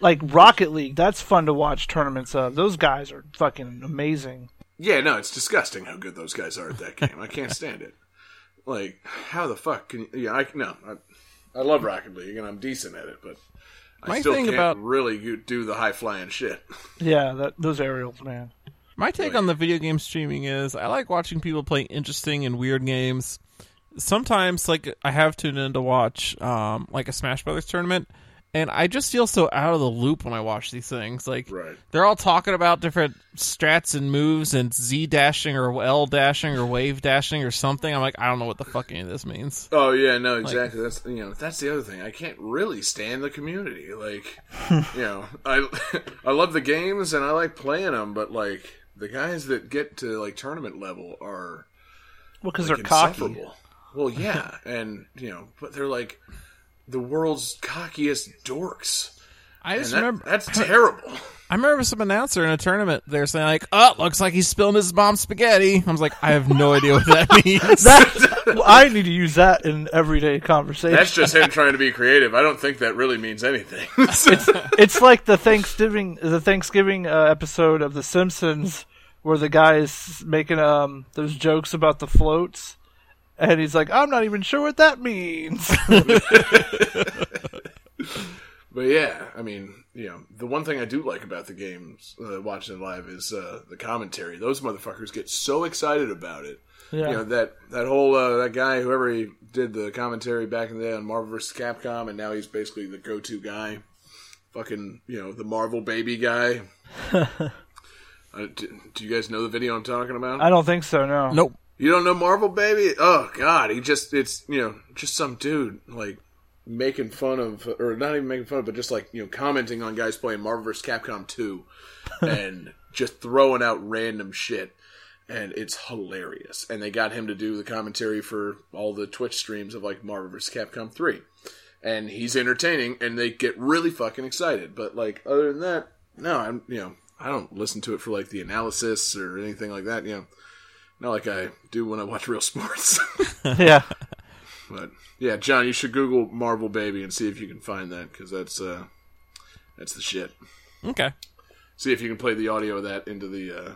Like Rocket League, that's fun to watch tournaments of. Those guys are fucking amazing. yeah, no, it's disgusting how good those guys are at that game. I can't stand it. Like, how the fuck can you? Yeah, I no, I, I love Rocket League and I'm decent at it, but. I My still thing can't about- really do the high flying shit. Yeah, that, those aerials, man. My take on the video game streaming is I like watching people play interesting and weird games. Sometimes, like, I have tuned in to watch, um, like, a Smash Brothers tournament, and I just feel so out of the loop when I watch these things. Like, Right. they're all talking about different strats and moves and Z dashing or L dashing or wave dashing or something. I'm like, I don't know what the fuck any of this means. Oh yeah, no, exactly. that's you know that's the other thing. I can't really stand the community. Like, you know, I I love the games and I like playing them, but like the guys that get to like tournament level are Well, because like, they're cocky. insufferable. Well, yeah, and you know, but they're like the world's cockiest dorks. I And just that- remember that's terrible. I remember some announcer in a tournament. They're saying like, "Oh, looks like he's spilling his mom's spaghetti." I was like, "I have no idea what that means." That, well, I need to use that in everyday conversation. That's just him trying to be creative. I don't think that really means anything. it's like the Thanksgiving the Thanksgiving uh, episode of The Simpsons where the guy is making um those jokes about the floats, and he's like, "I'm not even sure what that means." But yeah, I mean, you know, the one thing I do like about the games, uh, watching it live, is uh, the commentary. Those motherfuckers get so excited about it. Yeah. You know that that whole uh, that guy, whoever he did the commentary back in the day on Marvel vs. Capcom, and now he's basically the go-to guy. Fucking, you know, the Marvel baby guy. uh, do, do you guys know the video I'm talking about? I don't think so. No. nope. You don't know Marvel, baby? Oh God, he just—it's you know just some dude like making fun of, or not even making fun of, but just like you know commenting on guys playing Marvel vs. Capcom two, and just throwing out random shit, and it's hilarious. And they got him to do the commentary for all the Twitch streams of like Marvel vs. Capcom three, and he's entertaining, and they get really fucking excited. But like other than that, no, I'm you know I don't listen to it for like the analysis or anything like that. You know, not like I do when I watch real sports. yeah. but yeah, John, you should Google Marvel Baby and see if you can find that because that's uh that's the shit. Okay. See if you can play the audio of that into the uh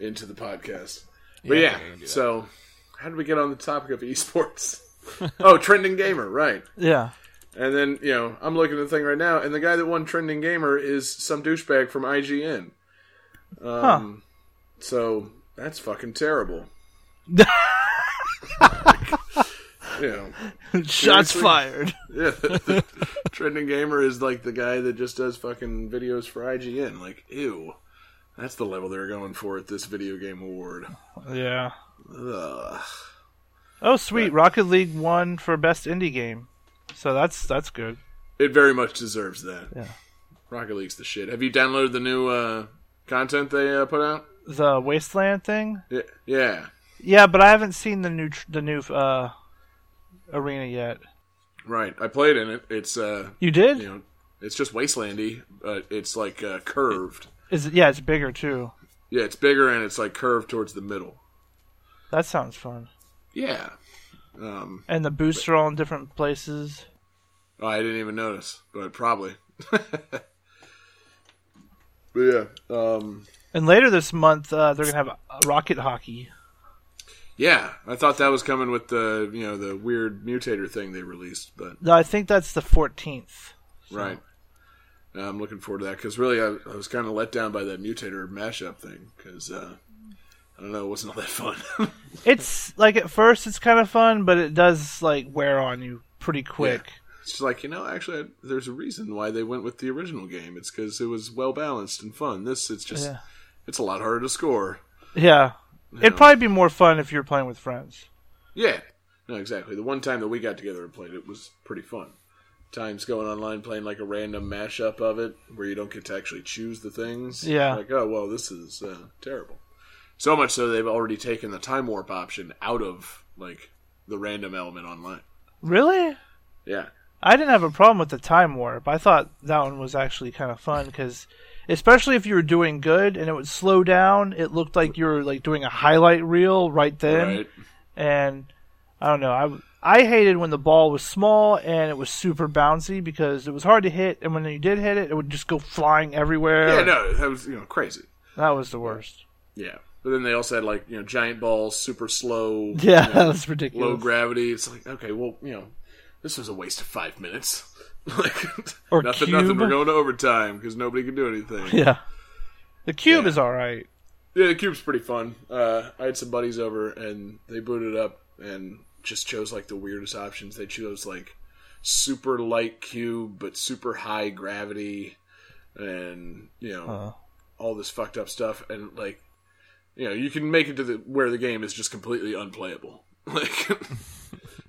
into the podcast. But yeah, so how did we get on the topic of esports? oh, trending gamer, right? Yeah. And then you know, I'm looking at the thing right now, and the guy that won trending gamer is some douchebag from IGN. Um, so that's fucking terrible. You know, Shots Seriously? fired. yeah, the, trending gamer is like the guy that just does fucking videos for IGN. Like, ew, that's the level they're going for at this video game award. Yeah. Ugh. Oh, sweet. Rocket League won for best indie game. So that's that's good. It very much deserves that. Yeah. Rocket League's the shit. Have you downloaded the new uh, content they uh, put out? The Wasteland thing? Yeah. yeah. Yeah, but I haven't seen the new tr- the new uh arena yet. Right. I played in it. It's uh, You did? you know, it's just wastelandy, but it's like uh, curved. Is it, yeah, it's bigger too. Yeah, it's bigger and it's like curved towards the middle. That sounds fun. Yeah. Um, And the boosts are all in different places. I didn't even notice, but probably. but yeah. Um, And later this month, uh, they're gonna have uh, rocket hockey. yeah, I thought that was coming with the you know the weird mutator thing they released, but No, I think that's the 14th. Right. Now I'm looking forward to that because really I, I was kind of let down by that mutator mashup thing because uh, I don't know, it wasn't all that fun. It's like at first it's kind of fun, but it does like wear on you pretty quick. it's just like you know, actually, there's a reason why they went with the original game. It's because it was well balanced and fun. This, it's just, Yeah. it's a lot harder to score. Yeah. It'd probably be more fun if you're playing with friends. Yeah, no, exactly. The one time that we got together and played it was pretty fun. Times going online playing like a random mashup of it where you don't get to actually choose the things. Yeah. Like, oh, well, this is uh, terrible. So much so they've already taken the time warp option out of like the random element online. Really? Yeah. I didn't have a problem with the time warp. I thought that one was actually kind of fun because, especially if you were doing good and it would slow down, it looked like you were like doing a highlight reel right then. Right. And I don't know. I I hated when the ball was small and it was super bouncy because it was hard to hit, and when you did hit it, it would just go flying everywhere. Yeah, no, that was you know crazy. That was the worst. Yeah. But then they also had like, you know, giant balls, super slow, Yeah, you know, that was ridiculous. low gravity. It's like, okay, well, you know, this was a waste of five minutes. like, Or nothing, cube. nothing. We're going to overtime because nobody can do anything. Yeah. The cube Yeah. is all right. Yeah, the cube's pretty fun. Uh, I had some buddies over and they booted it up and just chose like the weirdest options. They chose like super light cube but super high gravity and you know Uh-huh. Uh, all this fucked up stuff and like you know you can make it to the where the game is just completely unplayable. Like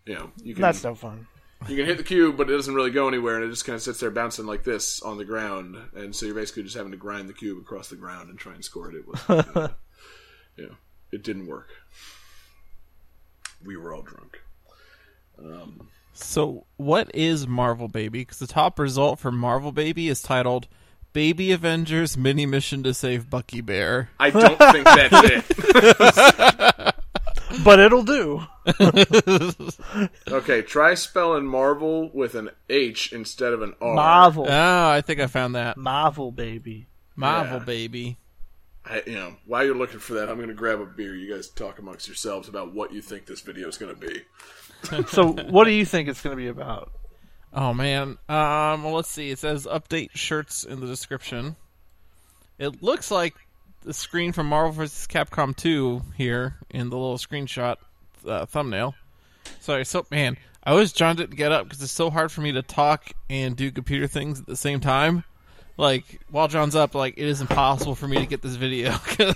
you know you can That's no fun. you can hit the cube, but it doesn't really go anywhere, and it just kind of sits there bouncing like this on the ground. And so you're basically just having to grind the cube across the ground and try and score it. It was, uh, yeah, it didn't work. We were all drunk. So, what is Marvel Baby? Because the top result for Marvel Baby is titled "Baby Avengers Mini Mission to Save Bucky Bear." I don't think that's it. But it'll do. Okay, try spelling Marvel with an H instead of an R. Marvel. Oh, I think I found that Marvel, baby. Marvel Yeah. Baby. I, you know, while you're looking for that, I'm going to grab a beer. You guys talk amongst yourselves about what you think this video is going to be. So, what do you think it's going to be about? Oh man. Um, well, let's see. It says update shirts in the description. It looks like the screen from Marvel vs. Capcom 2 here in the little screenshot uh, thumbnail. Sorry. So man, I always John didn't get up because it's so hard for me to talk and do computer things at the same time. Like while John's up, like it is impossible for me to get this video.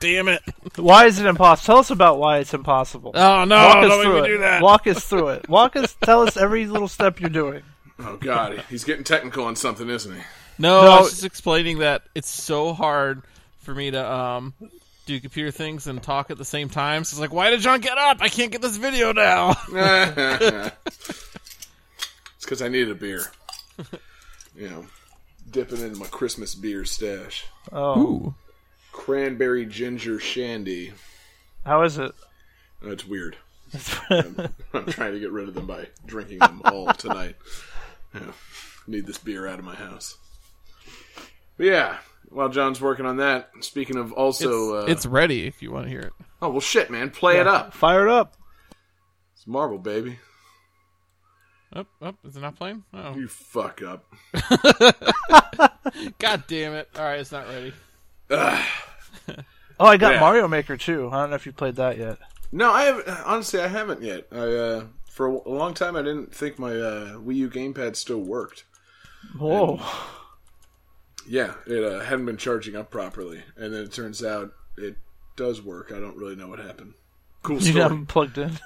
Damn it! Why is it impossible? Tell us about why it's impossible. Oh no! Walk us don't through make it. me do that. Walk us through it. Walk us. Tell us every little step you're doing. Oh, God. He's getting technical on something, isn't he? No, No. I was just explaining that it's so hard for me to um, do computer things and talk at the same time. So it's like, why did John get up? I can't get this video now. because I needed a beer. you know, dipping into my Christmas beer stash. Oh, Ooh. Cranberry ginger shandy. how is it? That's weird. I'm, I'm trying to get rid of them by drinking them all tonight. Yeah. Need this beer out of my house. But yeah, while John's working on that, speaking of also, it's ready if you want to hear it. uh, oh well, shit, man, play it up. Fire it up. It's Marvel, baby. Oh, oh, is it not playing? Oh, You fuck up. god damn it! All right, it's not ready. Oh, I got Yeah. Mario Maker too. I don't know if you played that yet. No, I have honestly, I haven't yet. I uh, for a long time, I didn't think my uh, Wii U gamepad still worked. Whoa. Yeah, it uh, hadn't been charging up properly, and then it turns out it does work. I don't really know what happened. Cool You story. got 'em plugged in.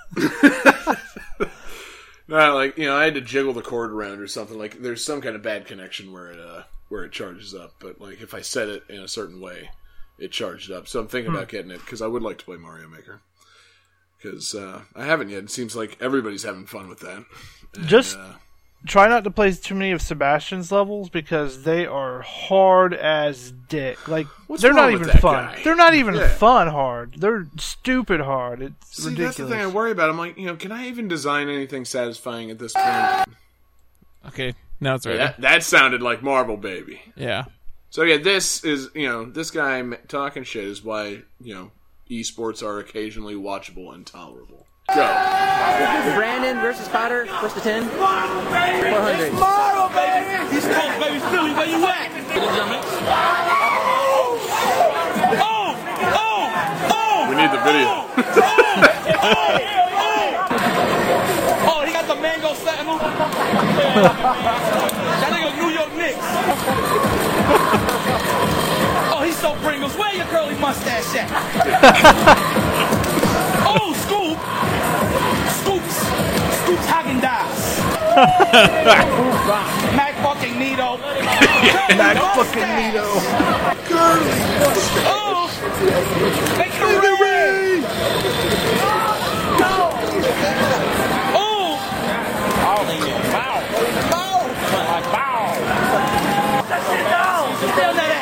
No, like you know, I had to jiggle the cord around or something. Like there's some kind of bad connection where it uh, where it charges up. But like if I set it in a certain way, it charged up. So I'm thinking about getting it because I would like to play Mario Maker. Because uh, I haven't yet. It seems like everybody's having fun with that. Just uh, try not to play too many of Sebastian's levels because they are hard as dick. Like What's they're wrong not with even that fun. guy? They're not even Yeah. fun hard. They're stupid hard. It's See, ridiculous. that's the thing I worry about. I'm like, you know, can I even design anything satisfying at this point? Okay, now it's ready. That, that sounded like Marble Baby. yeah. So yeah, this is you know this guy m- talking shit is why you know esports are occasionally watchable and tolerable. Go. Brandon versus Potter. What's the 10? 400. He's cold, baby. Philly, where you at? Oh! Oh! Oh! We need the video. Oh! Oh! Oh! Oh, he got the mango satin on. That nigga New York Knicks. Oh, he's so Pringles. Where your curly mustache at? oh, Scoop. Scoops. Scoops Hagen Dazs. Mac fucking Nito. Mac fucking Nito. Oh! Make it red! No! Oh! Bow! Bow! Bow! That shit down! Feel that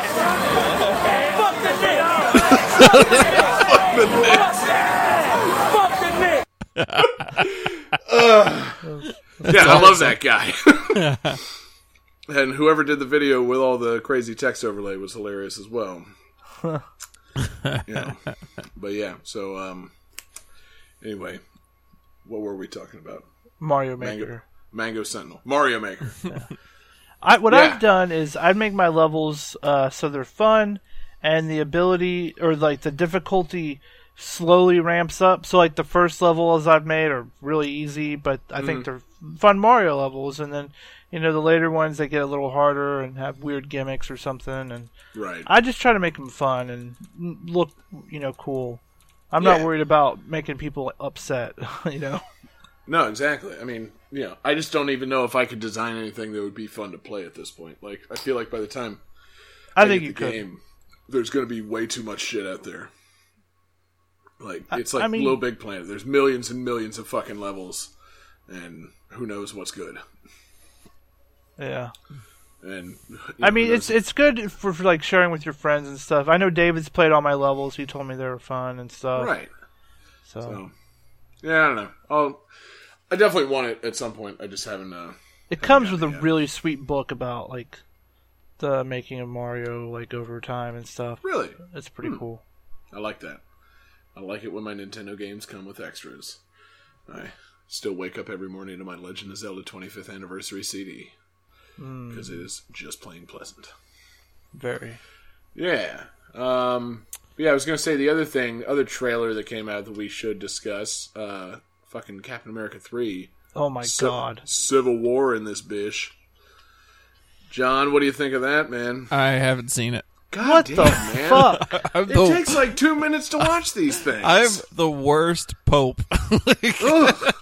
ass! Fuck the dick! Fuck the dick! Yeah, I love that guy. and whoever did the video with all the crazy text overlay was hilarious as well. yeah. But yeah, so um anyway, what were we talking about? Mario Maker. Mango Mango Sentinel. Mario Maker. I, what Yeah. I've done is I make my levels uh, so they're fun, and the ability or like the difficulty slowly ramps up. So like the first levels I've made are really easy, but I Mm-hmm. think they're fun Mario levels, and then you know the later ones they get a little harder and have weird gimmicks or something. And right. I just try to make them fun and m- look you know cool. I'm Yeah. not worried about making people upset, you know. No, exactly. I mean, you know, I just don't even know if I could design anything that would be fun to play at this point. Like I feel like by the time I, I think get you the could. game, there's going to be way too much shit out there. Like it's like I mean- Little Big Planet. There's millions and millions of fucking levels, and who knows what's good. Yeah. And you I know, mean, who it's knows- it's good for, for like sharing with your friends and stuff. I know David's played all my levels. He told me they were fun and stuff. right. So, So, yeah, I don't know. I'll, I definitely want it at some point. I just haven't. Uh, it comes yeah, with a yeah. really sweet book about like the making of Mario, like over time and stuff. really, It's Hmm. pretty cool. I like that. I like it when my Nintendo games come with extras. I still wake up every morning to my Legend of Zelda 25th anniversary CD Hmm. because it is just plain pleasant. Very. Yeah. Um, yeah, I was gonna say the other thing, other trailer that came out that we should discuss. Uh, fucking Captain America three. Oh my Ci- god. Civil War in this bitch. John, what do you think of that, man? I haven't seen it. God damn, What the man. fuck? I'm It takes like two minutes to watch these things. I'm the worst pope. Like, Ugh.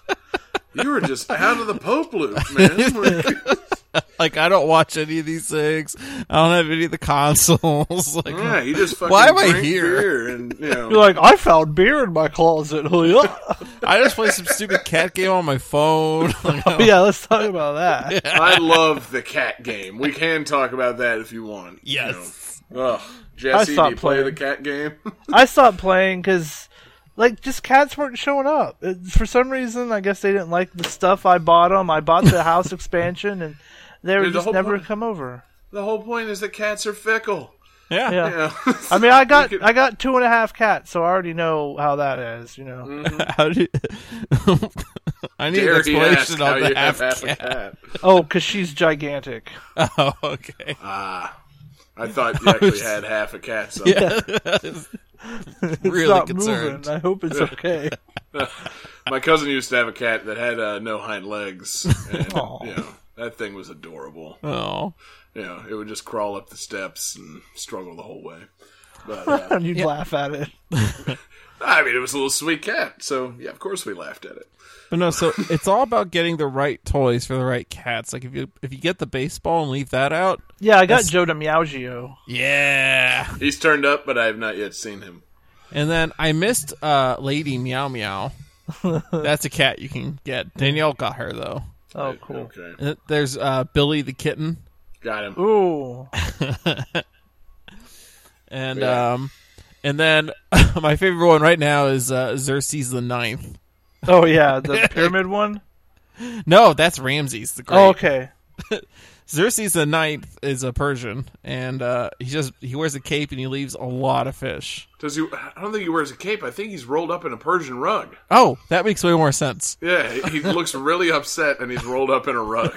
You were just out of the Pope loop, man. like I don't watch any of these things. I don't have any of the consoles. like Yeah, you just fucking Why am I drink here? beer and you know. You're like, I found beer in my closet. Oh. I just play some stupid cat game on my phone. Like, I don't- yeah, let's talk about that. I love the cat game. We can talk about that if you want. you Yes. know. Ugh, Jesse, do stopped you play playing. the cat game? I stopped playing because, like, just cats weren't showing up. It, for some reason, I guess they didn't like the stuff I bought them. I bought the house expansion, and they were Dude, the just whole never point- come over. the whole point is that cats are fickle. yeah. Yeah. You know? I mean, I got could- I got two and a half cats, so I already know how that is. You know, Mm-hmm. How do you... I need an Dare he ask explanation how on you the have half half a cat. cat? oh, because she's gigantic. Oh, okay. Ah, I thought you actually had half a cat. Somewhere. really it's not concerned. moving. I hope it's okay. My cousin used to have a cat that had uh, no hind legs. And, Aw. you know, that thing was adorable. Oh. You know, it would just crawl up the steps and struggle the whole way. But uh, and you'd laugh at it. I mean, it was a little sweet cat, so yeah, of course we laughed at it. But no, so it's all about getting the right toys for the right cats. Like if you if you get the baseball and leave that out, Yeah, I got Joe to Meowgio. yeah. He's turned up, but I have not yet seen him. And then I missed uh Lady Meow Meow. That's a cat you can get. Danielle got her though. Oh, cool. Okay, Uh, There's uh Billy the kitten got him. Ooh, and Yeah. um and then my favorite one right now is uh Xerxes the ninth. oh yeah, the pyramid one. No, that's Ramses the Great. Oh, okay. Xerxes the ninth is a Persian, and uh, he just he wears a cape and he leaves a lot of fish. Does he? I don't think he wears a cape. I think he's rolled up in a Persian rug. Oh, that makes way more sense. Yeah, he he looks really upset, and he's rolled up in a rug.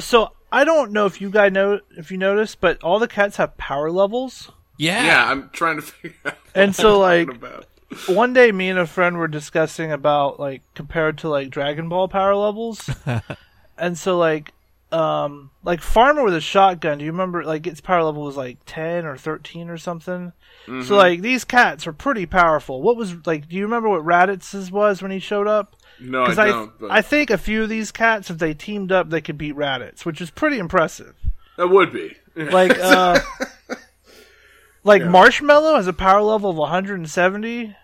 So I don't know if you guys know if you noticed, but all the cats have power levels. Yeah, yeah, I'm trying to figure out And so like what about. one day me and a friend were discussing about like compared to like Dragon Ball power levels. and so like um like Farmer with a shotgun, do you remember like its power level was like 10 or 13 or something? Mm-hmm. So like these cats are pretty powerful. What was like do you remember what Raditz's was when he showed up? No, I Cuz I don't. but I think a few of these cats if they teamed up they could beat Raditz, which is pretty impressive. that would be. Like uh Like Marshmallow has a power level of 170. Dude,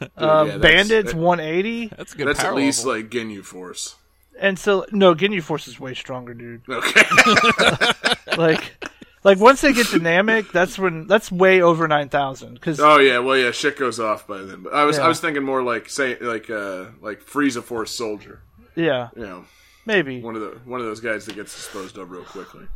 yeah, that's- Bandits that- 180. that's a good. That's power at least level. like Ginyu Force. And so no, Ginyu Force is way stronger, dude. Okay. Like like once they get dynamic, that's when that's way over 9000 cuz oh yeah. Well yeah. Shit goes off by then. But I was I Yeah. was thinking more like say like uh like Frieza Force Soldier. yeah, You know, maybe. one of the one of those guys that gets disposed of real quickly.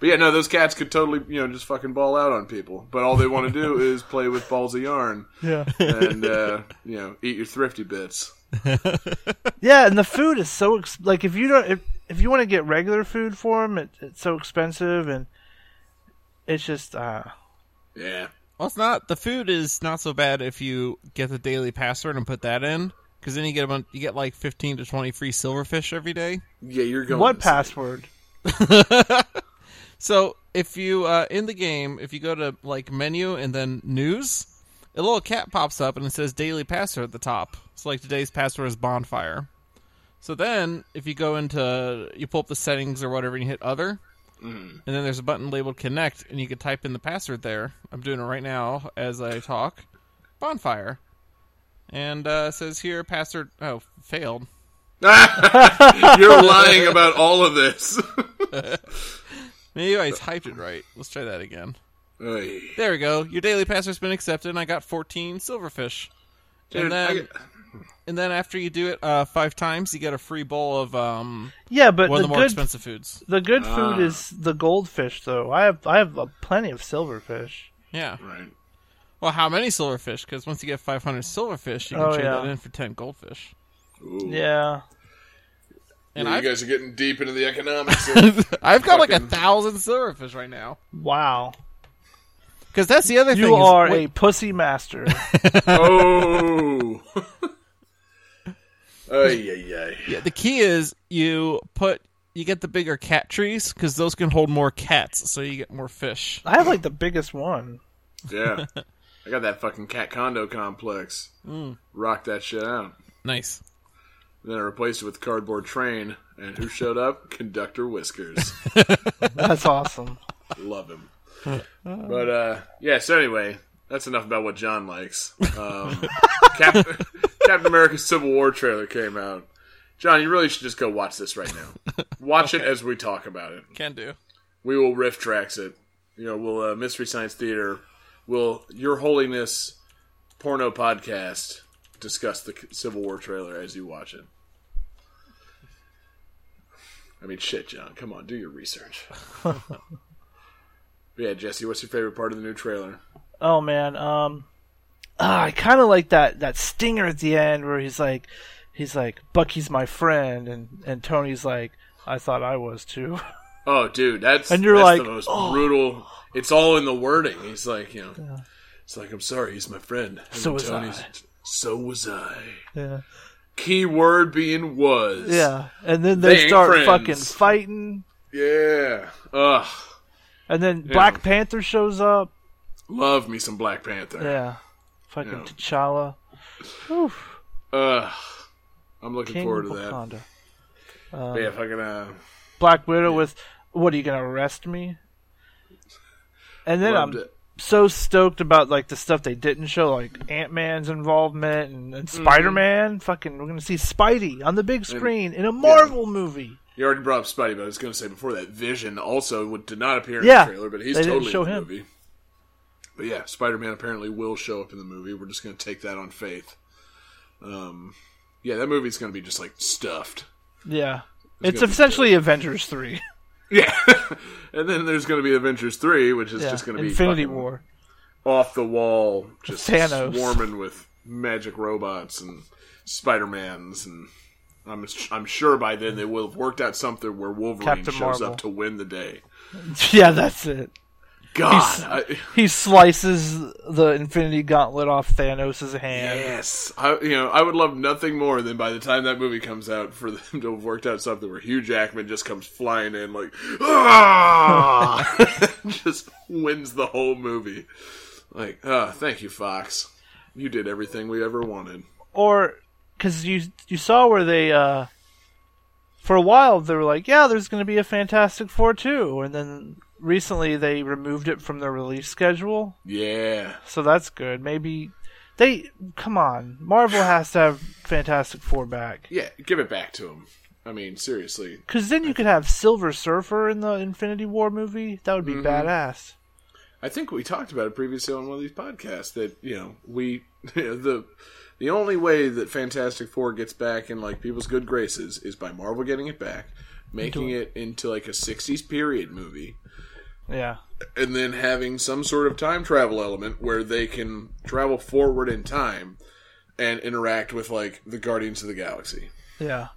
But yeah, no, those cats could totally you know just fucking ball out on people. But all they want to do is play with balls of yarn Yeah. and uh, you know eat your thrifty bits. Yeah, and the food is so ex- like if you don't if, if you want to get regular food for them, it, it's so expensive and it's just uh Yeah. well, it's not the food is not so bad if you get the daily password and put that in, because then you get a bunch, you get like fifteen to twenty free silverfish every day. Yeah, you're going. to what sleep. password? So if you uh, in the game, if you go to like menu and then news, a little cat pops up and it says daily password at the top. So like today's password is bonfire. So then if you go into you pull up the settings or whatever and you hit other, and then there's a button labeled connect and you can type in the password there. I'm doing it right now as I talk. Bonfire. And uh, it says here password oh failed. You're lying about all of this. Maybe I typed it right. Let's try that again. Oy. There we go. Your daily password's been accepted, and I got 14 silverfish. Dude, and then, I get- and then after you do it uh, five times, you get a free bowl of um, Yeah, but one of the the more good expensive foods. the good Ah. food is the goldfish though. I have I have uh, plenty of silverfish. Yeah. right. Well, how many silverfish? Because once you get 500 silverfish, you can Oh, trade yeah. that in for 10 goldfish. Ooh. Yeah. And Yeah, you I've, guys are getting deep into the economics. here. I've got like a fucking- thousand silverfish right now. Wow. Because that's the other thing. You is- are wait, a pussy master. oh. Ay, ay, ay. yeah, the key is you put you get the bigger cat trees because those can hold more cats, so you get more fish. I have like the biggest one. Yeah. I got that fucking cat condo complex. Rock that shit out. Nice. And then I replaced it with Cardboard Train. And who showed up? Conductor Whiskers. That's awesome. Love him. But uh, yeah. So anyway, that's enough about what John likes. Um, Cap- Captain America: Civil War trailer came out. John, you really should just go watch this right now. Watch it as we talk about it. Can do. We will riff tracks it. You know, we'll uh, Mystery Science Theater. Will Your Holiness Porno Podcast discuss the C- Civil War trailer as you watch it? I mean, shit, John. Come on, do your research. yeah, Jesse, what's your favorite part of the new trailer? Oh man, um, ah, I kind of like that that stinger at the end where he's like, he's like, Bucky's my friend, and and Tony's like, I thought I was too. Oh, dude, that's And you're that's like, the most "Oh." brutal. It's all in the wording. He's like, you know, it's like I'm sorry, he's my friend. And So was I. So was I. Yeah, Key word being was. yeah. And then They they, ain't start friends. fucking fighting, Yeah. Ugh. and then Black Panther shows up. Love me some Black Panther. Yeah, fucking Yeah. T'Challa. Oof. Ugh. I'm looking King forward to that. Wakanda. But yeah, fucking. Uh, Black Widow with, what are you gonna arrest me? And then loved I'm it. so stoked about like the stuff they didn't show, like Ant Man's involvement and, and Spider Man. Fucking, we're gonna see Spidey on the big screen in a Marvel movie. You already brought up Spidey, but I was going to say before that, Vision also would, did not appear in Yeah, the trailer, but he's they didn't totally show in the him. movie. But yeah, Spider Man apparently will show up in the movie. We're just going to take that on faith. Um, yeah, that movie's going to be just like stuffed. Yeah, it's gonna be essentially Avengers three. Yeah, and then there's going to be Avengers three, which is Yeah, just going to be Infinity fucking War. off the wall, just Thanos. swarming with magic robots and Spider Mans, and I'm I'm sure by then they will have worked out something where Wolverine Captain shows Marvel. up to win the day. yeah, that's it. God, I, He slices the Infinity Gauntlet off Thanos' hand. yes, I, you know I would love nothing more than by the time that movie comes out for them to have worked out something where Hugh Jackman just comes flying in like, ah, just wins the whole movie. Like, ah, thank you, Fox. You did everything we ever wanted. or because you you saw where they uh for a while they were like yeah there's going to be a fantastic four too and then recently they removed it from their release schedule Yeah, so that's good maybe they come on marvel has to have fantastic four back yeah. Give it back to him. I mean, seriously. because then you could have silver surfer in the infinity war movie that would be Mm-hmm. badass I think we talked about it previously on one of these podcasts that you know we the the only way that Fantastic Four gets back in like people's good graces is by Marvel getting it back, making it into like a '60s period movie, yeah and then having some sort of time travel element where they can travel forward in time and interact with like the Guardians of the Galaxy. yeah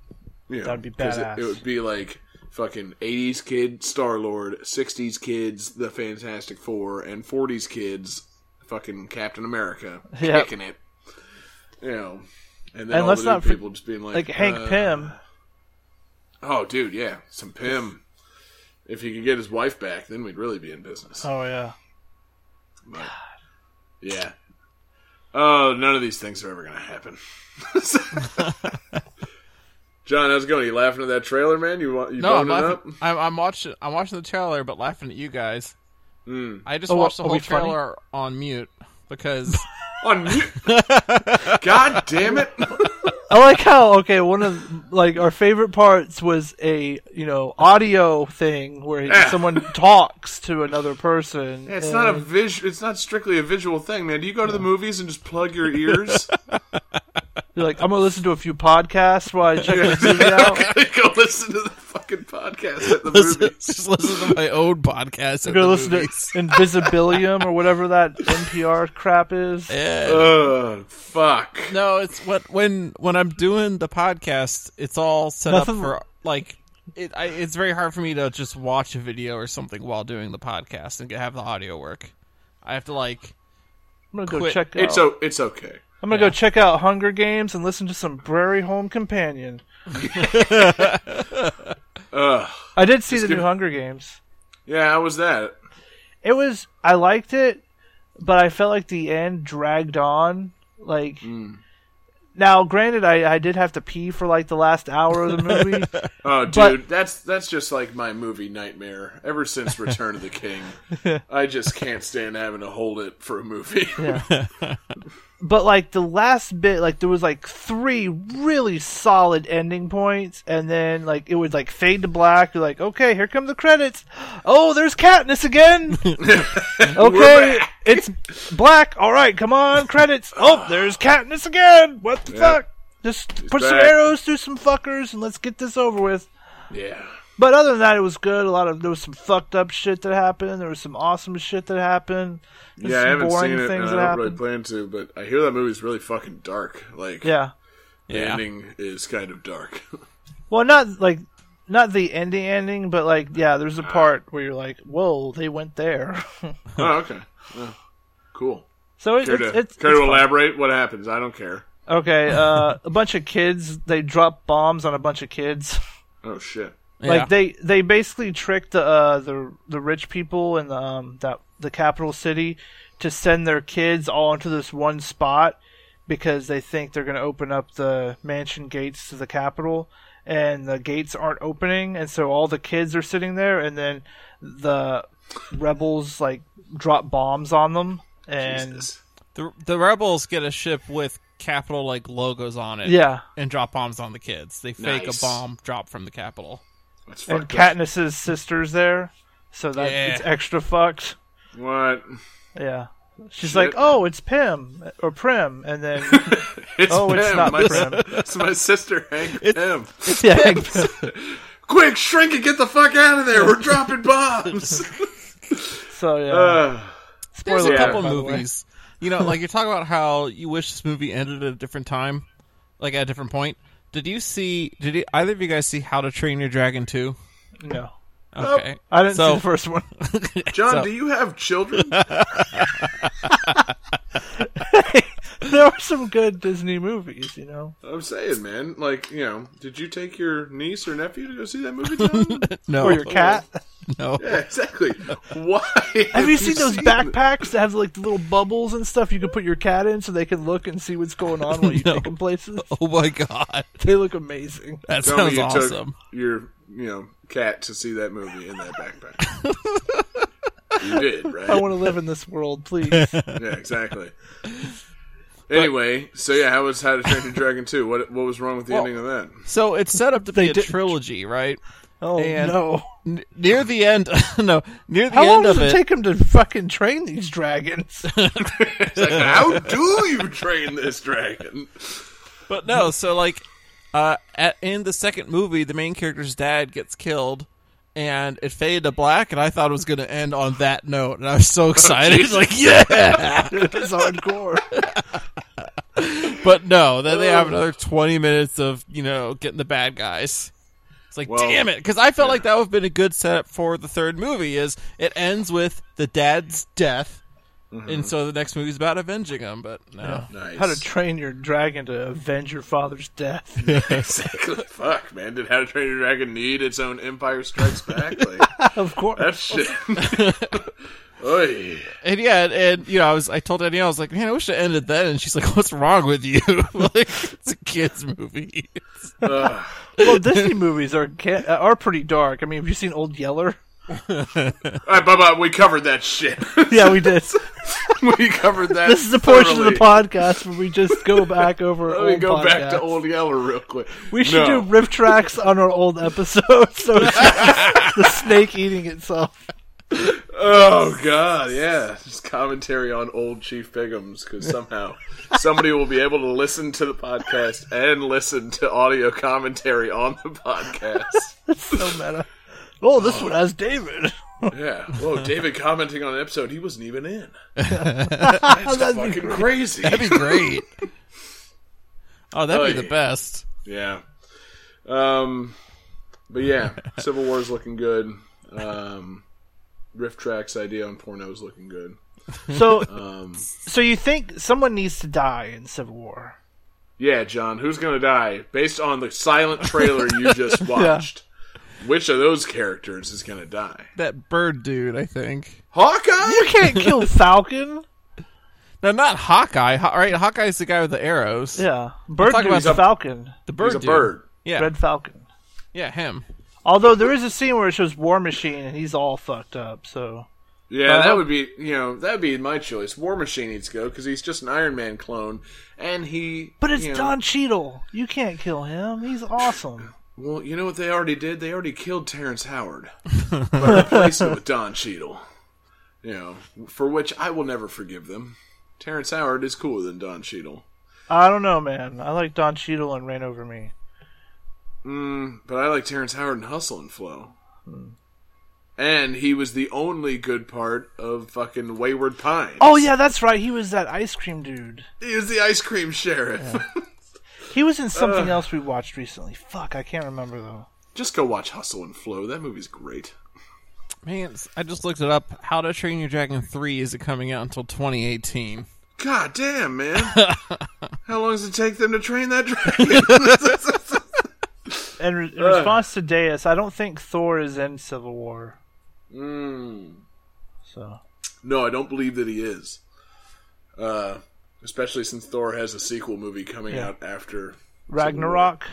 You know, That'd be 'cause it- badass. It, would be like fucking 80s kid Star Lord, 60s kids the Fantastic Four, and 40s kids fucking Captain America Yeah. kicking it. You know, and then And all let's the new not for- people just being like, like hank uh, pym Oh, dude, yeah, some Pym. If he could get his wife back, then we'd really be in business. oh yeah But, yeah. Oh, none of these things are ever going to happen. John, how's it going? You laughing at that trailer, man? You want you No, I'm boning up? laughing. I'm, I'm watching. I'm watching the trailer, but laughing at you guys. I just Oh, watched the are whole we funny? trailer on mute because on mute. God damn it! I like how okay one of like our favorite parts was a you know audio thing where Yeah. someone talks to another person. Ah. It's and- not a vis. It's not strictly a visual thing, man. Do you go to the movies and just plug your ears? You're like I'm gonna listen to a few podcasts while I check this movie out. go listen to the fucking podcast at the listen, movie. just listen to my own podcast. I'm gonna listen to Invisibilium or whatever that NPR crap is. Ugh, fuck. No, it's what when when I'm doing the podcast, it's all set Nothing- up for like it. I, it's very hard for me to just watch a video or something while doing the podcast and have the audio work. I have to like I'm gonna go Quit. check. Out, It's o- It's okay. I'm gonna go check out Hunger Games and listen to some Prairie Home Companion. I did see the new Hunger Games. Yeah, how was that? it was I Hmm. liked it, but I felt like the end dragged on. Like Now, granted, I, I did have to pee for like the last hour of the movie. Oh, dude, But- that's that's just like my movie nightmare. Ever since Return of the King, I just can't stand having to hold it for a movie. but like the last bit, like there was like three really solid ending points, and then like it would like fade to black. You're like, okay, here come the credits. Oh, there's Katniss again. okay, back. it's black. All right, come on, credits. Oh, there's Katniss again. What the fuck? Just put some back. arrows through some fuckers and let's get this over with. yeah, But other than that, it was good. A lot of there was some fucked up shit that happened. There was some awesome shit that happened. There's yeah, I some haven't boring seen it, and I things don't that really happened. plan to. But I hear that movie's really fucking dark. Like, yeah. the Yeah. ending is kind of dark. Well, not like not the ending ending, but like yeah, there's a part where you're like, whoa, they went there. oh, okay, Yeah. cool. so it, Care it's, to, it's, it's care to fun. elaborate what happens? I don't care. okay. Uh, a bunch of kids they drop bombs on a bunch of kids. Oh shit. Yeah. Like they they basically tricked the uh, the the rich people in the, um, that the capital city to send their kids all into this one spot because they think they're going to open up the mansion gates to the capital and the gates aren't opening and so all the kids are sitting there and then the rebels like drop bombs on them and Jesus. The the rebels get a ship with capital like logos on it. yeah And drop bombs on the kids. They fake Nice. a bomb drop from the capital. That's and fucked up. Katniss's sister's there so that Yeah. it's extra fucked What? Yeah. She's Shit. like, oh, it's Pim or Prim, and then It's oh, it's Pam, not my, Prim. It's my sister, Hank Pym. yeah, Quick, shrink and get the fuck out of there. We're dropping bombs. so yeah, Uh, There's Spoiler a couple alert, by the way. movies. You know, like you're talking about how you wish this movie ended at a different time, like at a different point. Did you see? Did you, either of you guys see How to Train Your Dragon two? No, Okay, I didn't see So- the first one. John, So- do you have children? there were some good Disney movies, you know. I'm saying, man. Like, you know, did you take your niece or nephew to go see that movie, John? no, Or your cat. No, yeah, exactly. Why? Have you seen those it? backpacks that have like the little bubbles and stuff you can put your cat in so they can look and see what's going on while you No. take them places? oh my god, They look amazing. that Tell me sounds you awesome. took your, you know, cat to see that movie in that backpack. you did, right? I want to live in this world, please. Yeah, exactly. Anyway, so yeah, how was How to Train Your Dragon two? What what was wrong with the ending of that? So it's set up to be a did- trilogy, right? Oh And- no! N- near the end, no, near the How long end does of it it. take him to fucking train these dragons? It's like, how do you train this dragon? But no, so like uh at, in the second movie, the main character's dad gets killed and it faded to black and I thought it was going to end on that note and I was so excited like yeah. it's hardcore. But no, then they have another 20 minutes of, you know, getting the bad guys. It's like Well, damn it cuz I felt like that would have been a good setup for the third movie is it ends with the dad's death. And so the next movie's about avenging him, but no. Nice. How to train your dragon to avenge your father's death. exactly. Fuck, man. Did How to Train Your Dragon need its own Empire Strikes Back? Like, of course. that shit. Oy. And yeah, and, and, you know, I was I told Danielle, I was like, man, I wish it ended then. And she's like, what's wrong with you? like, it's a kids movie. well, Disney movies are can, are pretty dark. I mean, have you seen Old Yeller? All right, bye bye. We covered that shit. Yeah, we did. we covered that. this is the portion of the thoroughly. podcast where we just go back over Let me old go back to podcasts. Old Yeller real quick. We should No. do riff tracks on our old episodes. So it's just the snake eating itself. Oh God, yeah, just commentary on old Chief Biggums because somehow somebody will be able to listen to the podcast and listen to audio commentary on the podcast. So meta. Oh, this one has David. Yeah. Whoa, David commenting on an episode he wasn't even in. That's fucking crazy. That'd be great. oh, that'd Oh, be the yeah. best. Yeah. Um, but yeah, Civil War is looking good. Um, Rift Tracks idea on porno is looking good. So, Um, so you think someone needs to die in Civil War? Yeah, John, who's gonna die? Based on the silent trailer you just watched, which of those characters is gonna die? That bird dude, I think. Hawkeye. You can't kill Falcon. No, not Hawkeye. Haw- right? Hawkeye's the guy with the arrows. Yeah, Bird talking Dude's about the- Falcon, The bird He's a dude. bird. Yeah. Red Falcon. Yeah, him. Although there is a scene where it shows War Machine and he's all fucked up. So Yeah, Uh-huh. that would be you know that would be my choice. War Machine needs to go because he's just an Iron Man clone, and he. But it's you know- Don Cheadle. You can't kill him. He's awesome. Well, you know what they already did? They already killed Terrence Howard by replacing him with Don Cheadle. You know, for which I will never forgive them. Terrence Howard is cooler than Don Cheadle, I don't know, man. I like Don Cheadle and Ran Over Me. but I like Terrence Howard in Hustle and Flow. And he was the only good part of fucking Wayward Pines. Oh yeah, that's right. He was that ice cream dude. He was the ice cream sheriff. He was in something else we watched recently. Fuck, I can't remember though. Just go watch Hustle and Flow. That movie's great. Man, s- I just looked it up. How to Train Your Dragon 3 isn't coming out until 2018. God damn, man. How long does it take them to train that dragon? And re- in response to Deus, I don't think Thor is in Civil War. Hmm. Mm. So no, I don't believe that he is. Uh, especially since Thor has a sequel movie coming Yeah. out after. Ragnarok,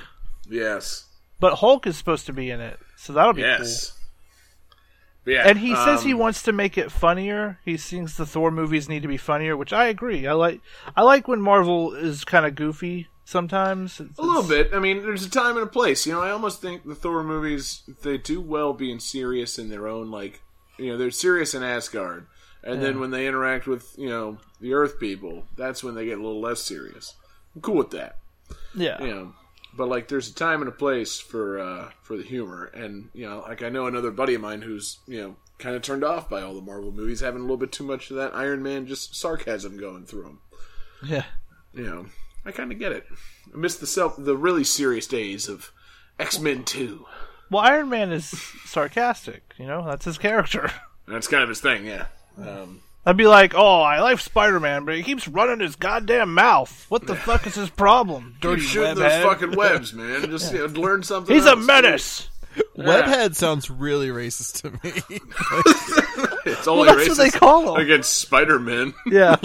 Yes. but Hulk is supposed to be in it, so that'll be Yes. Yeah. cool. And he says um, he wants to make it funnier. He thinks the Thor movies need to be funnier, which I agree. I like. I like when Marvel is kind of goofy sometimes. It's- A little it's- bit. I mean, there's a time and a place. You know, I almost think the Thor movies they do well being serious in their own like, you know, they're serious in Asgard, and then when they interact with you know the Earth people, that's when they get a little less serious. I'm cool with that. Yeah. you know but like there's a time and a place for uh for the humor and you know like i know another buddy of mine who's you know kind of turned off by all the marvel movies having a little bit too much of that iron man just sarcasm going through him Yeah. you know i kind of get it i miss the self the really serious days of x-men 2 Well, Iron Man is sarcastic. You know, that's his character. that's kind of his thing yeah um I'd be like, "Oh, I like Spider Man, but he keeps running his goddamn mouth. What the fuck is his problem, keep dirty shooting webhead? those fucking webs man just you know, learn something He's a else. menace." Webhead sounds really racist to me. it's only Well, that's racist what they call him. against spider-man Yeah.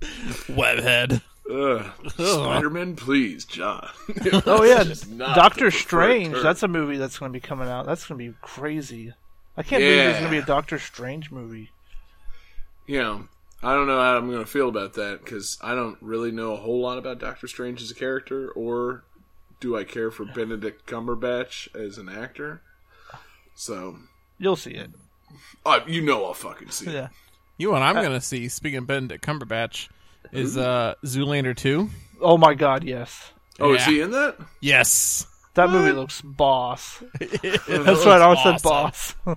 Webhead. Ugh. spider-man please john Oh yeah, not Doctor Strange. term. That's a movie that's going to be coming out. That's going to be crazy. I can't believe there's Yeah. going to be a Doctor Strange movie. you know, I don't know how I'm going to feel about that because I don't really know a whole lot about Doctor Strange as a character, or do I care for Benedict Cumberbatch as an actor? So, You'll see it. uh, you know, I'll fucking see. it. Yeah. You and I'm Uh, gonna see. Speaking of Benedict Cumberbatch, is uh, Zoolander two? Oh my God, yes. Oh, is Yeah. he in that? Yes. That movie looks boss. That's right. I almost said boss. I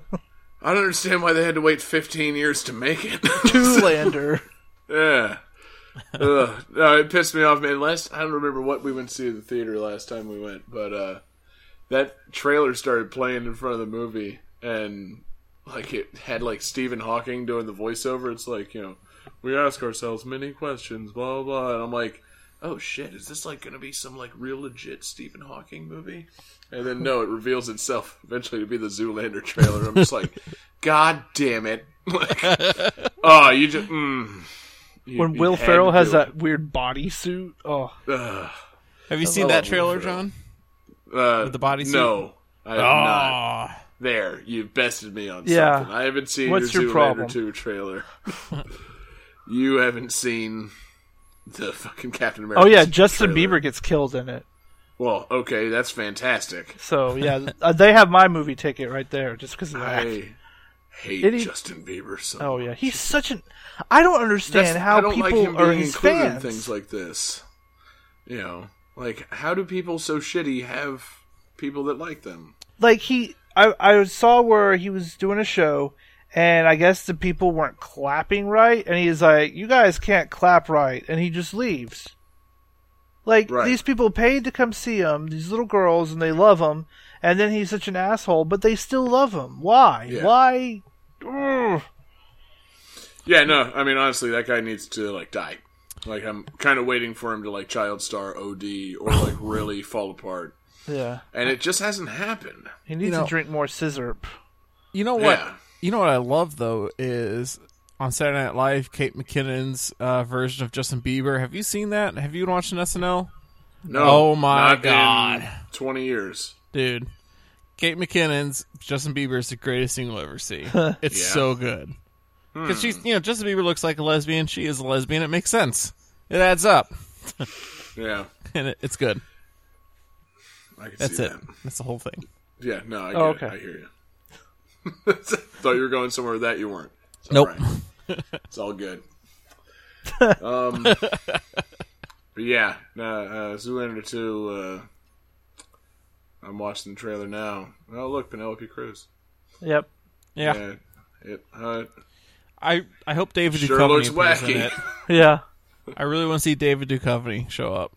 don't understand why they had to wait 15 years to make it. Two Lander. yeah. Ugh. No, it pissed me off, man. Last I don't remember what we went to see at the theater last time we went, but uh, that trailer started playing in front of the movie, and like it had like Stephen Hawking doing the voiceover. It's like you know, we ask ourselves many questions, blah blah. blah. And I'm like, oh shit, is this like gonna be some like real legit Stephen Hawking movie? And then no, it reveals itself eventually to be the Zoolander trailer. I'm just like, god damn it! Like, oh, you just mm. You- When you Will had to Ferrell has do it. that weird bodysuit. Oh. Ugh. Have you seen love that Will trailer, Ferrell. John? Uh, With the bodysuit? No, I have not. Ah. Aw. There, you've bested me on Yeah. something. I haven't seen What's your, your Zoolander problem? 2 trailer. you haven't seen the fucking Captain America. Oh yeah, Justin trailer. Bieber gets killed in it. Well, okay, that's fantastic. So yeah, uh, they have my movie ticket right there just because of that. I hate Did he- Justin Bieber so. Oh yeah, he's such an. I don't understand That's- how I don't people like him are being his included fans. in things like this. You know, like how do people so shitty have people that like them? like he I, I saw where he was doing a show and i guess the people weren't clapping right and he's like you guys can't clap right and he just leaves like Right. these people paid to come see him these little girls and they love him and then he's such an asshole but they still love him why Yeah. why Ugh. Yeah, no, I mean honestly, that guy needs to like die. Like I'm kind of waiting for him to like child star OD or like really fall apart, yeah and it just hasn't happened. he needs know- to drink more scissor You know what? Yeah. You know what I love though is on Saturday Night Live, Kate McKinnon's uh, version of Justin Bieber. Have you seen that? Have you been watching SNL? No, Oh my not in God. Twenty years. Dude, Kate McKinnon's Justin Bieber is the greatest thing you'll ever see. it's Yeah. Hmm. so good. Because she's, you know, Justin Bieber looks like a lesbian. She is a lesbian. It makes sense. It adds up. Yeah, And it, it's good. I can That's see it. that. That's the whole thing. Yeah, no, I, get Oh, it. okay. I hear you. Thought you were going somewhere that you weren't. It's all Nope. right. It's all good. Um, but yeah, no, uh, Zoolander 2, uh, I'm watching the trailer now. Oh, look, Penelope Cruz. Yep. Yeah. Yeah, it, uh, I, I hope David sure Duchovny looks appears in wacky. it. Yeah. I really want to see David Duchovny show up.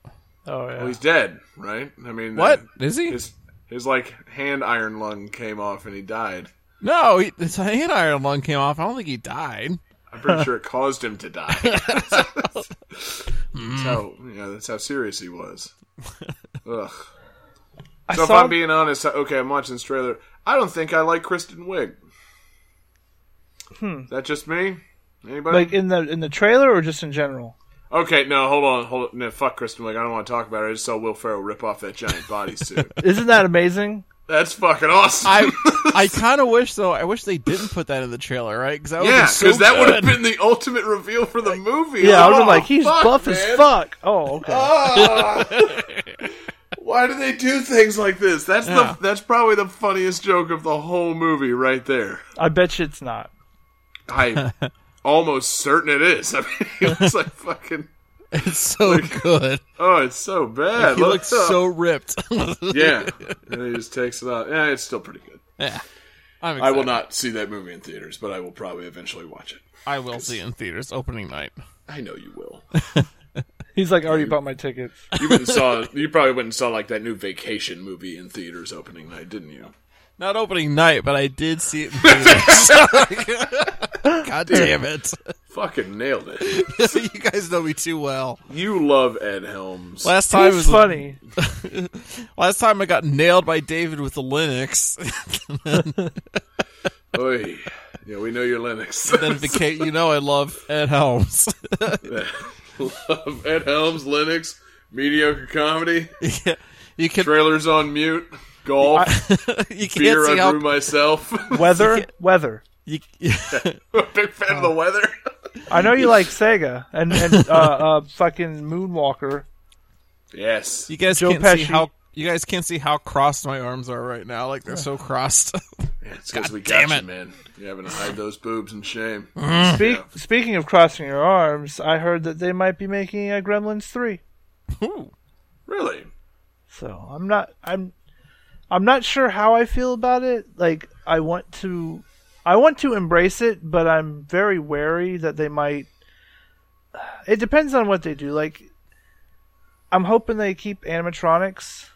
Oh yeah. Well, he's dead, right? I mean, What? uh, Is he? His, his, like, hand iron lung came off and he died. No, he, his hand iron lung came off. I don't think he died. I'm pretty sure it caused him to die. that's how you know, that's how serious he was. Ugh. I So if saw. I'm being honest, I- okay, I'm watching this trailer. I don't think I like Kristen Wiig. Hmm. Is that just me? Anybody? like in the in the trailer or just in general? okay, no, hold on, hold on. No, fuck Kristen Wiig. I don't want to talk about her. I just saw Will Ferrell rip off that giant bodysuit. Isn't that amazing? that's fucking awesome. I I kind of wish though. I wish they didn't put that in the trailer, right? Because that would yeah, be so because that would have good. been the ultimate reveal for the movie. Yeah, I would Oh, have like, he's fuck, buff as man. fuck. Oh, okay. Why do they do things like this? That's Yeah. the that's probably the funniest joke of the whole movie right there. I bet you it's not. I almost certain it is. I mean, it's like fucking It's so good. oh, it's so bad. He Look looks up. so ripped. yeah, and he just takes it out. Yeah, it's still pretty good. yeah. I'm I will excited. not see that movie in theaters, but I will probably eventually watch it. I will see it in theaters opening night. I know you will. He's like, I already bought my tickets. You went and saw. You probably went and saw like that new Vacation movie in theaters opening night, didn't you? Not opening night, but I did see it. in theaters. God damn it! Fucking nailed it. you guys know me too well. You love Ed Helms. Last time He's was funny. last time I got nailed by David with the Linux. Oy. Yeah, we know you're Linux. then became you know I love Ed Helms. Love Ed Helms, Linux, mediocre comedy, you can trailers on mute, golf, you can't beer see I how brew myself. Weather, weather. you, Big fan of Oh. the weather. I know you like Sega and and uh, uh, fucking Moonwalker. Yes. you guys Joe can't see Pesci. how you guys can't see how crossed my arms are right now. Like they're so crossed. It's because we got damn you, it. man. You're having to hide those boobs in shame. Speak, Speaking of crossing your arms, I heard that they might be making a Gremlins three. Ooh. Really? So I'm not I'm I'm not sure how I feel about it. Like I want to I want to embrace it, but I'm very wary that they might it depends on what they do. Like I'm hoping they keep animatronics.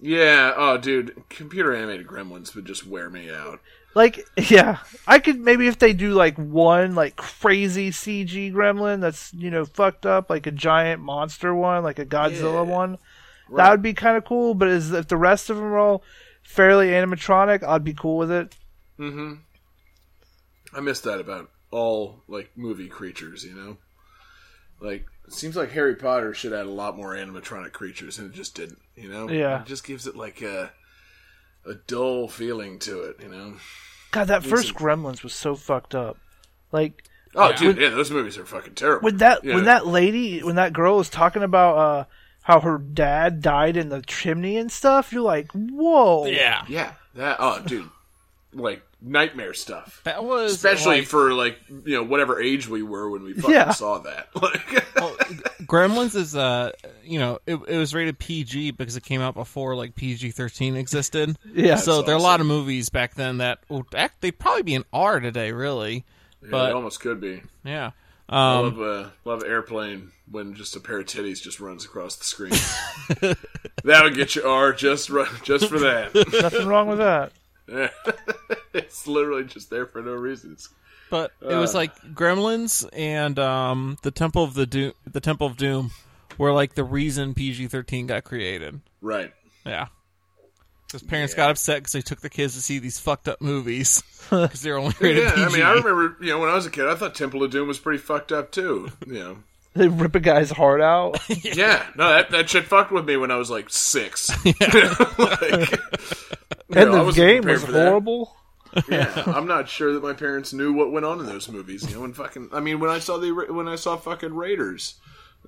Yeah. Oh, dude. Computer animated gremlins would just wear me out. Like yeah, I could maybe if they do like one like crazy CG gremlin that's, you know, fucked up like a giant monster one, like a Godzilla Yeah. one. That would be kind of cool, but is if the rest of them are all fairly animatronic, I'd be cool with it. I miss that about all like movie creatures, you know? Like it seems like Harry Potter should add a lot more animatronic creatures and it just didn't, you know? Yeah. It just gives it like a a dull feeling to it, you know. God, that first Gremlins was so fucked up. Like Oh dude, yeah, those movies are fucking terrible. when that Yeah. when that lady when that girl was talking about uh how her dad died in the chimney and stuff, you're like, whoa. Yeah. Yeah. That oh dude. like nightmare stuff. That was Especially like, for like you know, whatever age we were when we fucking Yeah. saw that. Like Gremlins is uh you know it, it was rated PG because it came out before like PG thirteen existed. Yeah. so there are a lot of movies back then that well, act, they'd probably be an R today, really. it but almost could be. yeah, I um, love uh, love airplane when just a pair of titties just runs across the screen. that would get you R just ru- just for that. Nothing wrong with that. it's literally just there for no reasons. but it Uh. was like Gremlins and um, the Temple of the Doom, the Temple of Doom, were like the reason PG thirteen got created. Right. Yeah, His parents got upset because they took the kids to see these fucked up movies because they're only rated Yeah, I PG. mean, I remember, you know, when I was a kid, I thought Temple of Doom was pretty fucked up too. You know, They rip a guy's heart out. yeah, no, that, that shit fucked with me when I was like six. Like, you and know, I the wasn't game prepared was for that. horrible. Yeah, I'm not sure that my parents knew what went on in those movies. You know, when fucking, I mean, when I saw the when I saw fucking Raiders,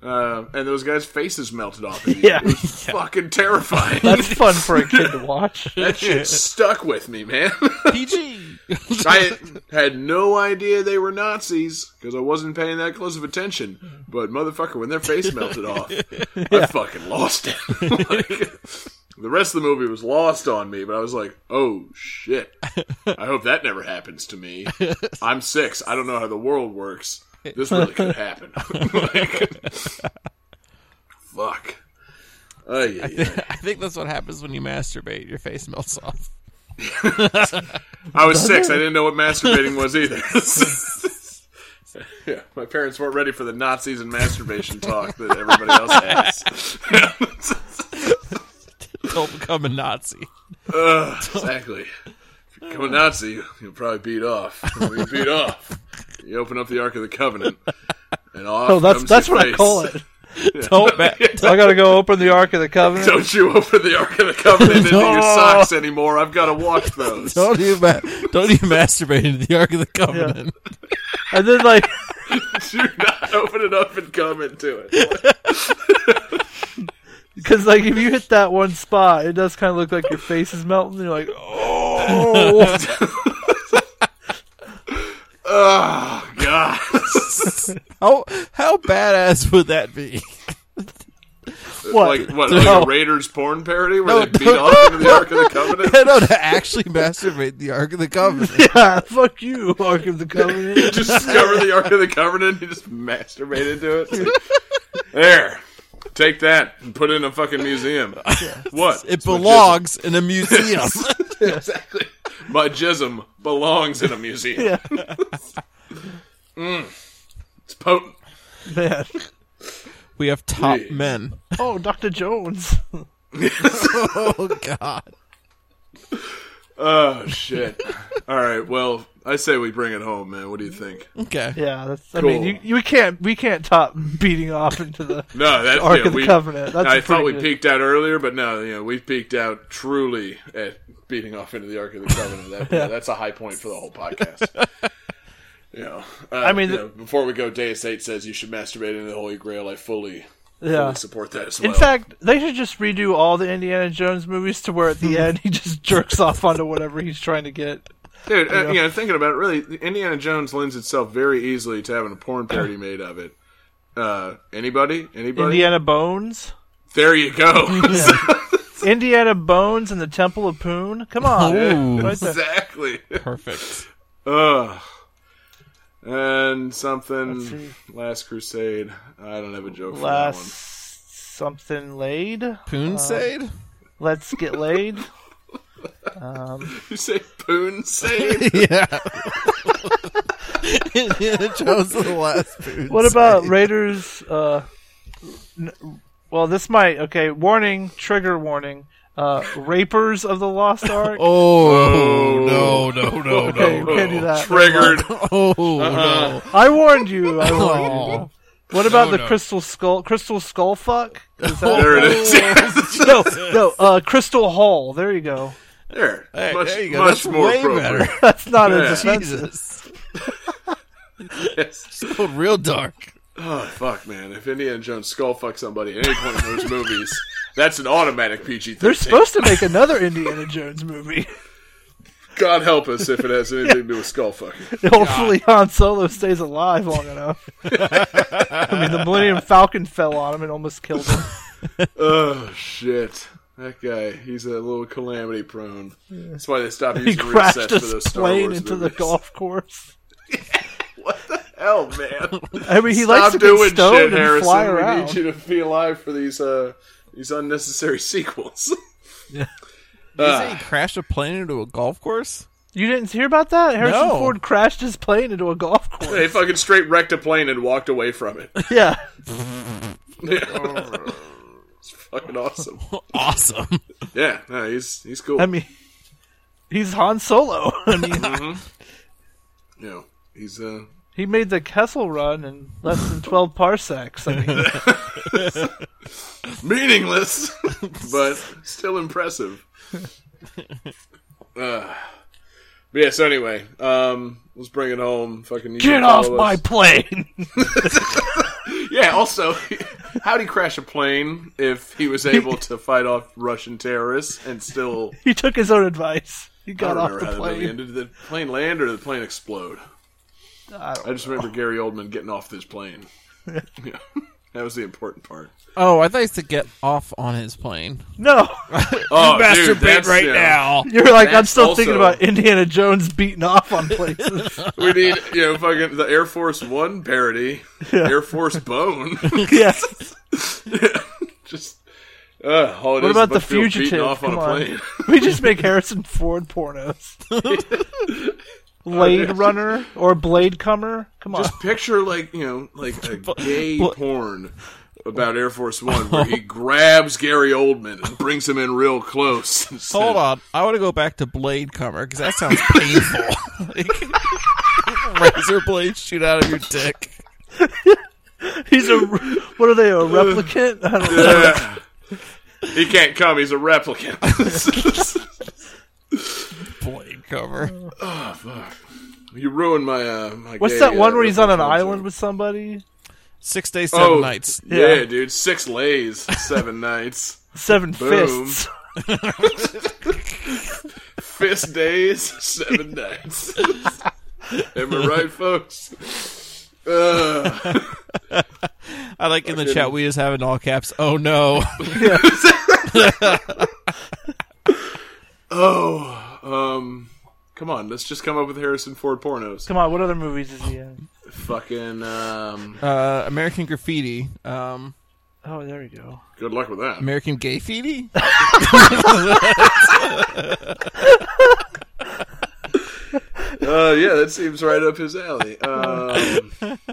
uh, and those guys' faces melted off. Of you, Yeah. it was fucking terrifying. That's fun for a kid to watch. that shit stuck with me, man. PG. I had no idea they were Nazis because I wasn't paying that close of attention. But motherfucker, when their face melted off, I fucking lost it. Like, the rest of the movie was lost on me, but I was like, "Oh shit! I hope that never happens to me. I'm six. I don't know how the world works. This really could happen." Like, fuck. Ay, ay, ay. I think that's what happens when you masturbate. Your face melts off. I was six. I didn't know what masturbating was either. yeah, my parents weren't ready for the Nazis and masturbation talk that everybody else has. Don't become a Nazi. exactly. If you become a Nazi, you'll probably beat off. When you beat off, you open up the Ark of the Covenant, and off Oh, that's comes that's your what I face. call it. Don't ma- I gotta go open the Ark of the Covenant. Don't you open the Ark of the Covenant into No. your socks anymore. I've got to wash those. don't you ma- don't you masturbate into the Ark of the Covenant. And then like Do not open it up and come into it. Because like if you hit that one spot, it does kind of look like your face is melting. You're like, oh, Oh, God. How how badass would that be? what? Like, what, like No. a Raiders porn parody where No, they beat don't- off into the Ark of the Covenant? I know to actually masturbate the Ark of the Covenant. yeah, fuck you, Ark of the Covenant. just discover the Ark of the Covenant and just masturbate into it. there. Take that and put it in a fucking museum. What? It belongs in a museum. Exactly. My jism belongs in a museum. Mm. It's potent. Man. we have top Yeah. men. Oh, Doctor Jones. Oh God. Oh, shit. All right, well, I say we bring it home, man. What do you think? Okay. Yeah, that's. I Cool. mean, you, you can't we can't top beating off into the No, that Ark yeah, of the we, Covenant. That's I a thought pretty we good- peaked out earlier, but no, you know, we peaked out truly at beating off into the Ark of the Covenant. That, That's a high point for the whole podcast. you know, uh, I mean, mean, the- before we go, Deus Eight says you should masturbate into the Holy Grail. I fully, Yeah. fully support that as well. In fact, they should just redo all the Indiana Jones movies to where at the end he just jerks off onto whatever he's trying to get. dude, uh, you know, thinking about it, really, the Indiana Jones lends itself very easily to having a porn parody made of it. Uh, anybody, anybody, Indiana Bones, there you go. Indiana Bones, and the Temple of Poon. Come on, Ooh. right there. exactly. Perfect. Ugh. And something Last Crusade. I don't have a joke for last something laid. Poon said. Let's get laid. that one. You say Poon Sade? Uh, Yeah. Indiana Jones and the last Poon. What about Raiders? Uh, n- well, this might. Okay, warning, trigger warning. Uh, rapers of the Lost Ark. Oh, no no no no! okay, we can't do that. Triggered. Oh no! I warned you. I warned you. Oh. What about the no. Crystal Skull? Crystal Skull fuck? Is that- There it is. no, no. Uh, Crystal Hall. There you go. there. Hey, much there you go. much That's more way appropriate. better. That's not Yeah. as offensive. Jesus, It's going real dark. Oh, fuck, man. If Indiana Jones skull fucks somebody at any point in those movies, that's an automatic PG 13. They're supposed to make another Indiana Jones movie. God help us if it has anything to do with skull fucking. Hopefully, Han Solo stays alive long enough. I mean, the Millennium Falcon fell on him and almost killed him. Oh, shit. That guy, he's a little calamity prone. That's why they stopped He using crashed recess for his those Star plane Wars into the movies. golf course. Hell, man. I mean, he likes Stop to doing get stoned shit, and Harrison. fly we around. need you to be alive for these uh, these unnecessary sequels. Uh, Did Ah. he crash a plane into a golf course? You didn't hear about that? Harrison No. Ford crashed his plane into a golf course. they fucking straight wrecked a plane and walked away from it. yeah, It's fucking awesome. Awesome. Yeah, no, he's he's cool. I mean, he's Han Solo. I mean, you know, he's uh, he made the Kessel Run in less than twelve parsecs. I mean, meaningless, but still impressive. Uh, but yeah, so anyway, um, let's bring it home. Fucking you get can off follow my us. plane. Yeah. Also, how'd he crash a plane if he was able to fight off Russian terrorists and still he took his own advice. He I got don't off remember the how the movie plane. ended. Did the plane land or did the plane explode? I don't I just remember Gary Oldman getting off this plane. yeah. That was the important part. Oh, I thought he said get off on his plane. No, Oh, dude, Masturbate that's, right yeah. now. you're like I'm That's still thinking also- about Indiana Jones beating off on places. We need, you know, fucking the Air Force One parody, Air Force Bone. yes. just, uh, all it What is is a about bunch the of people beating fugitive? off Come on a on, plane. we just make Harrison Ford pornos. Blade Runner or Blade Comer? Come on, Just picture like you know, like a gay porn about Air Force One, where he grabs Gary Oldman and brings him in real close. and said, Hold on. I want to go back to Blade Comer because that sounds painful. like, razor blades shoot out of your dick. he's a what are they? A replicant? I don't know. Yeah. he can't come. He's a replicant. Blade Comer. you ruined my. Uh, my What's gay, that uh, one where he's on an reference. island with somebody? Six days, seven Oh, nights. Yeah. Yeah. dude. Six lays, seven nights, Seven Boom. fists. fist days, seven nights. Am I right, folks? Uh, I like in the chat we just have in all caps. Oh no. oh, um, come on. Let's just come up with Harrison Ford pornos. Come on, what other movies is he in? Fucking. Um, Uh, American Graffiti. Um, Oh, there we go. good luck with that. American Gay Feety? Uh, yeah, that seems right up his alley.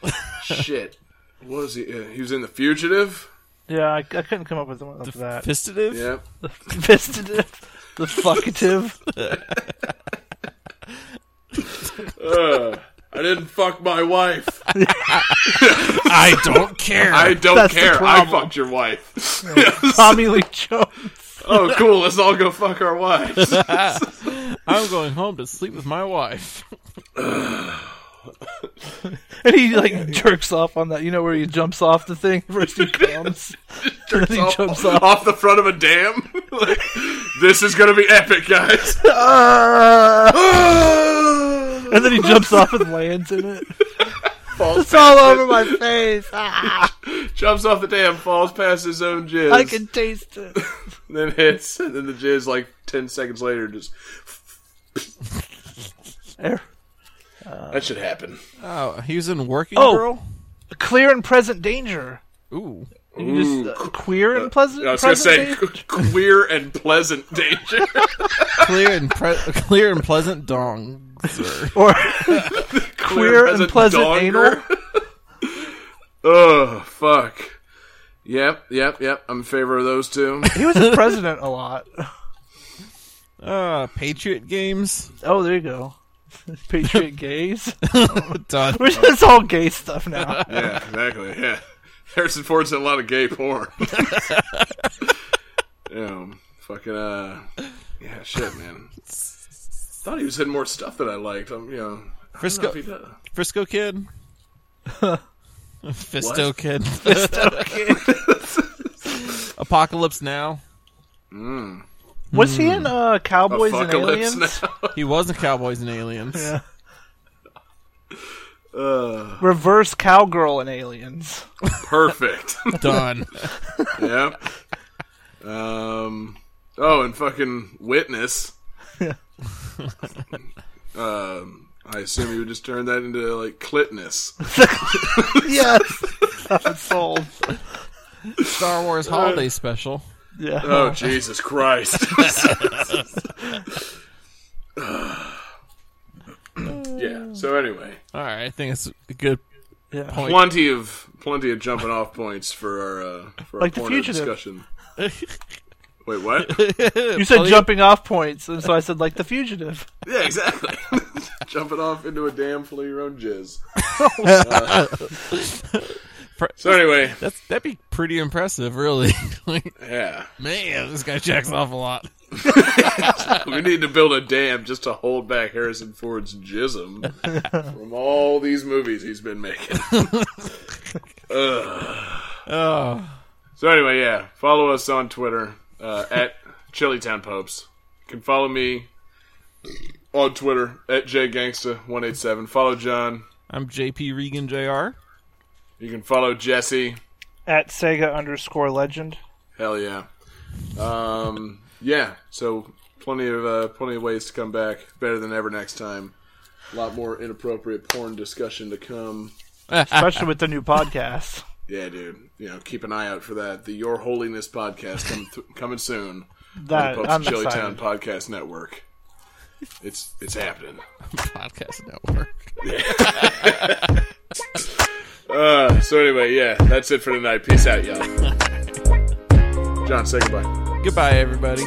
Um, shit, what was he? Uh, he was in The Fugitive. Yeah, I, I couldn't come up with one of that. Fistative? Yep. Fistative, the fuckative. Uh, I didn't fuck my wife. I don't care. I don't That's the care. I problem. fucked your wife. Tommy Lee Jones. oh, cool. Let's all go fuck our wives. I'm going home to sleep with my wife. And he like jerks off on that. You know where he jumps off the thing first he comes, and then he off, jumps off. off the front of a dam. Like, this is gonna be epic, guys. And then he jumps off and lands in it. Falls It's all over my face. Ah, jumps off the dam, falls past his own jizz, I can taste it. then hits, and then the jizz like ten seconds later just Air- that should happen. Oh, he was in Working Oh. Girl? Clear and present danger. Ooh. You just, uh, queer and pleasant. I was gonna present say danger? queer and pleasant danger. Clear and pre- clear and pleasant dong. or queer and pleasant donger. anal. oh fuck. Yep, yep, yep. I'm in favor of those two. He was a president a lot. Uh, Patriot Games. Oh, there you go. Patriot gays. Done. We're just all gay stuff now. yeah, exactly. Yeah, Harrison Ford's in a lot of gay porn. yeah, um, fucking uh, yeah, shit, man. Thought he was in more stuff that I liked. I'm, you know, I don't know Frisco, if he does. Frisco Kid. Fisto Kid. Apocalypse Now. Was he in uh, Cowboys and Apocalypse Aliens? now. He was in Cowboys and Aliens. Yeah. Uh, Reverse cowgirl and aliens. perfect. Done. yep. Um. Oh, and fucking witness. um. I assume you would just turn that into like clitness. yes, that's sold. Star Wars Holiday Special. Yeah. Oh Jesus Christ! yeah. So anyway, All right, I think it's a good Yeah. point. Plenty of plenty of jumping off points for our uh, for Like The our corner Fugitive. discussion. Wait, what? You said jumping off points, and so I said like the fugitive. yeah, exactly. jumping off into a dam full of your own jizz. Uh, so anyway, That's that'd be pretty impressive, really. like, yeah, man, this guy jacks off a lot. we need to build a dam just to hold back Harrison Ford's jism from all these movies he's been making. Oh, So anyway, yeah, follow us on Twitter uh, at Chillytown Popes. You can follow me on Twitter at jgangsta187. Follow John. I'm JP Regan Jr. You can follow Jesse. At Sega underscore legend. Hell yeah. Um, yeah. So plenty of uh, plenty of ways to come back better than ever next time. A lot more inappropriate porn discussion to come. Especially with the new podcast. Yeah, dude. You know, keep an eye out for that. The Your Holiness podcast coming, th- coming soon. That Popes Uh, I'm Chili Town excited. Podcast Network. It's it's happening. Podcast Network. Uh, so anyway, yeah, that's it for tonight. Peace out, y'all. John, say goodbye. Goodbye, everybody.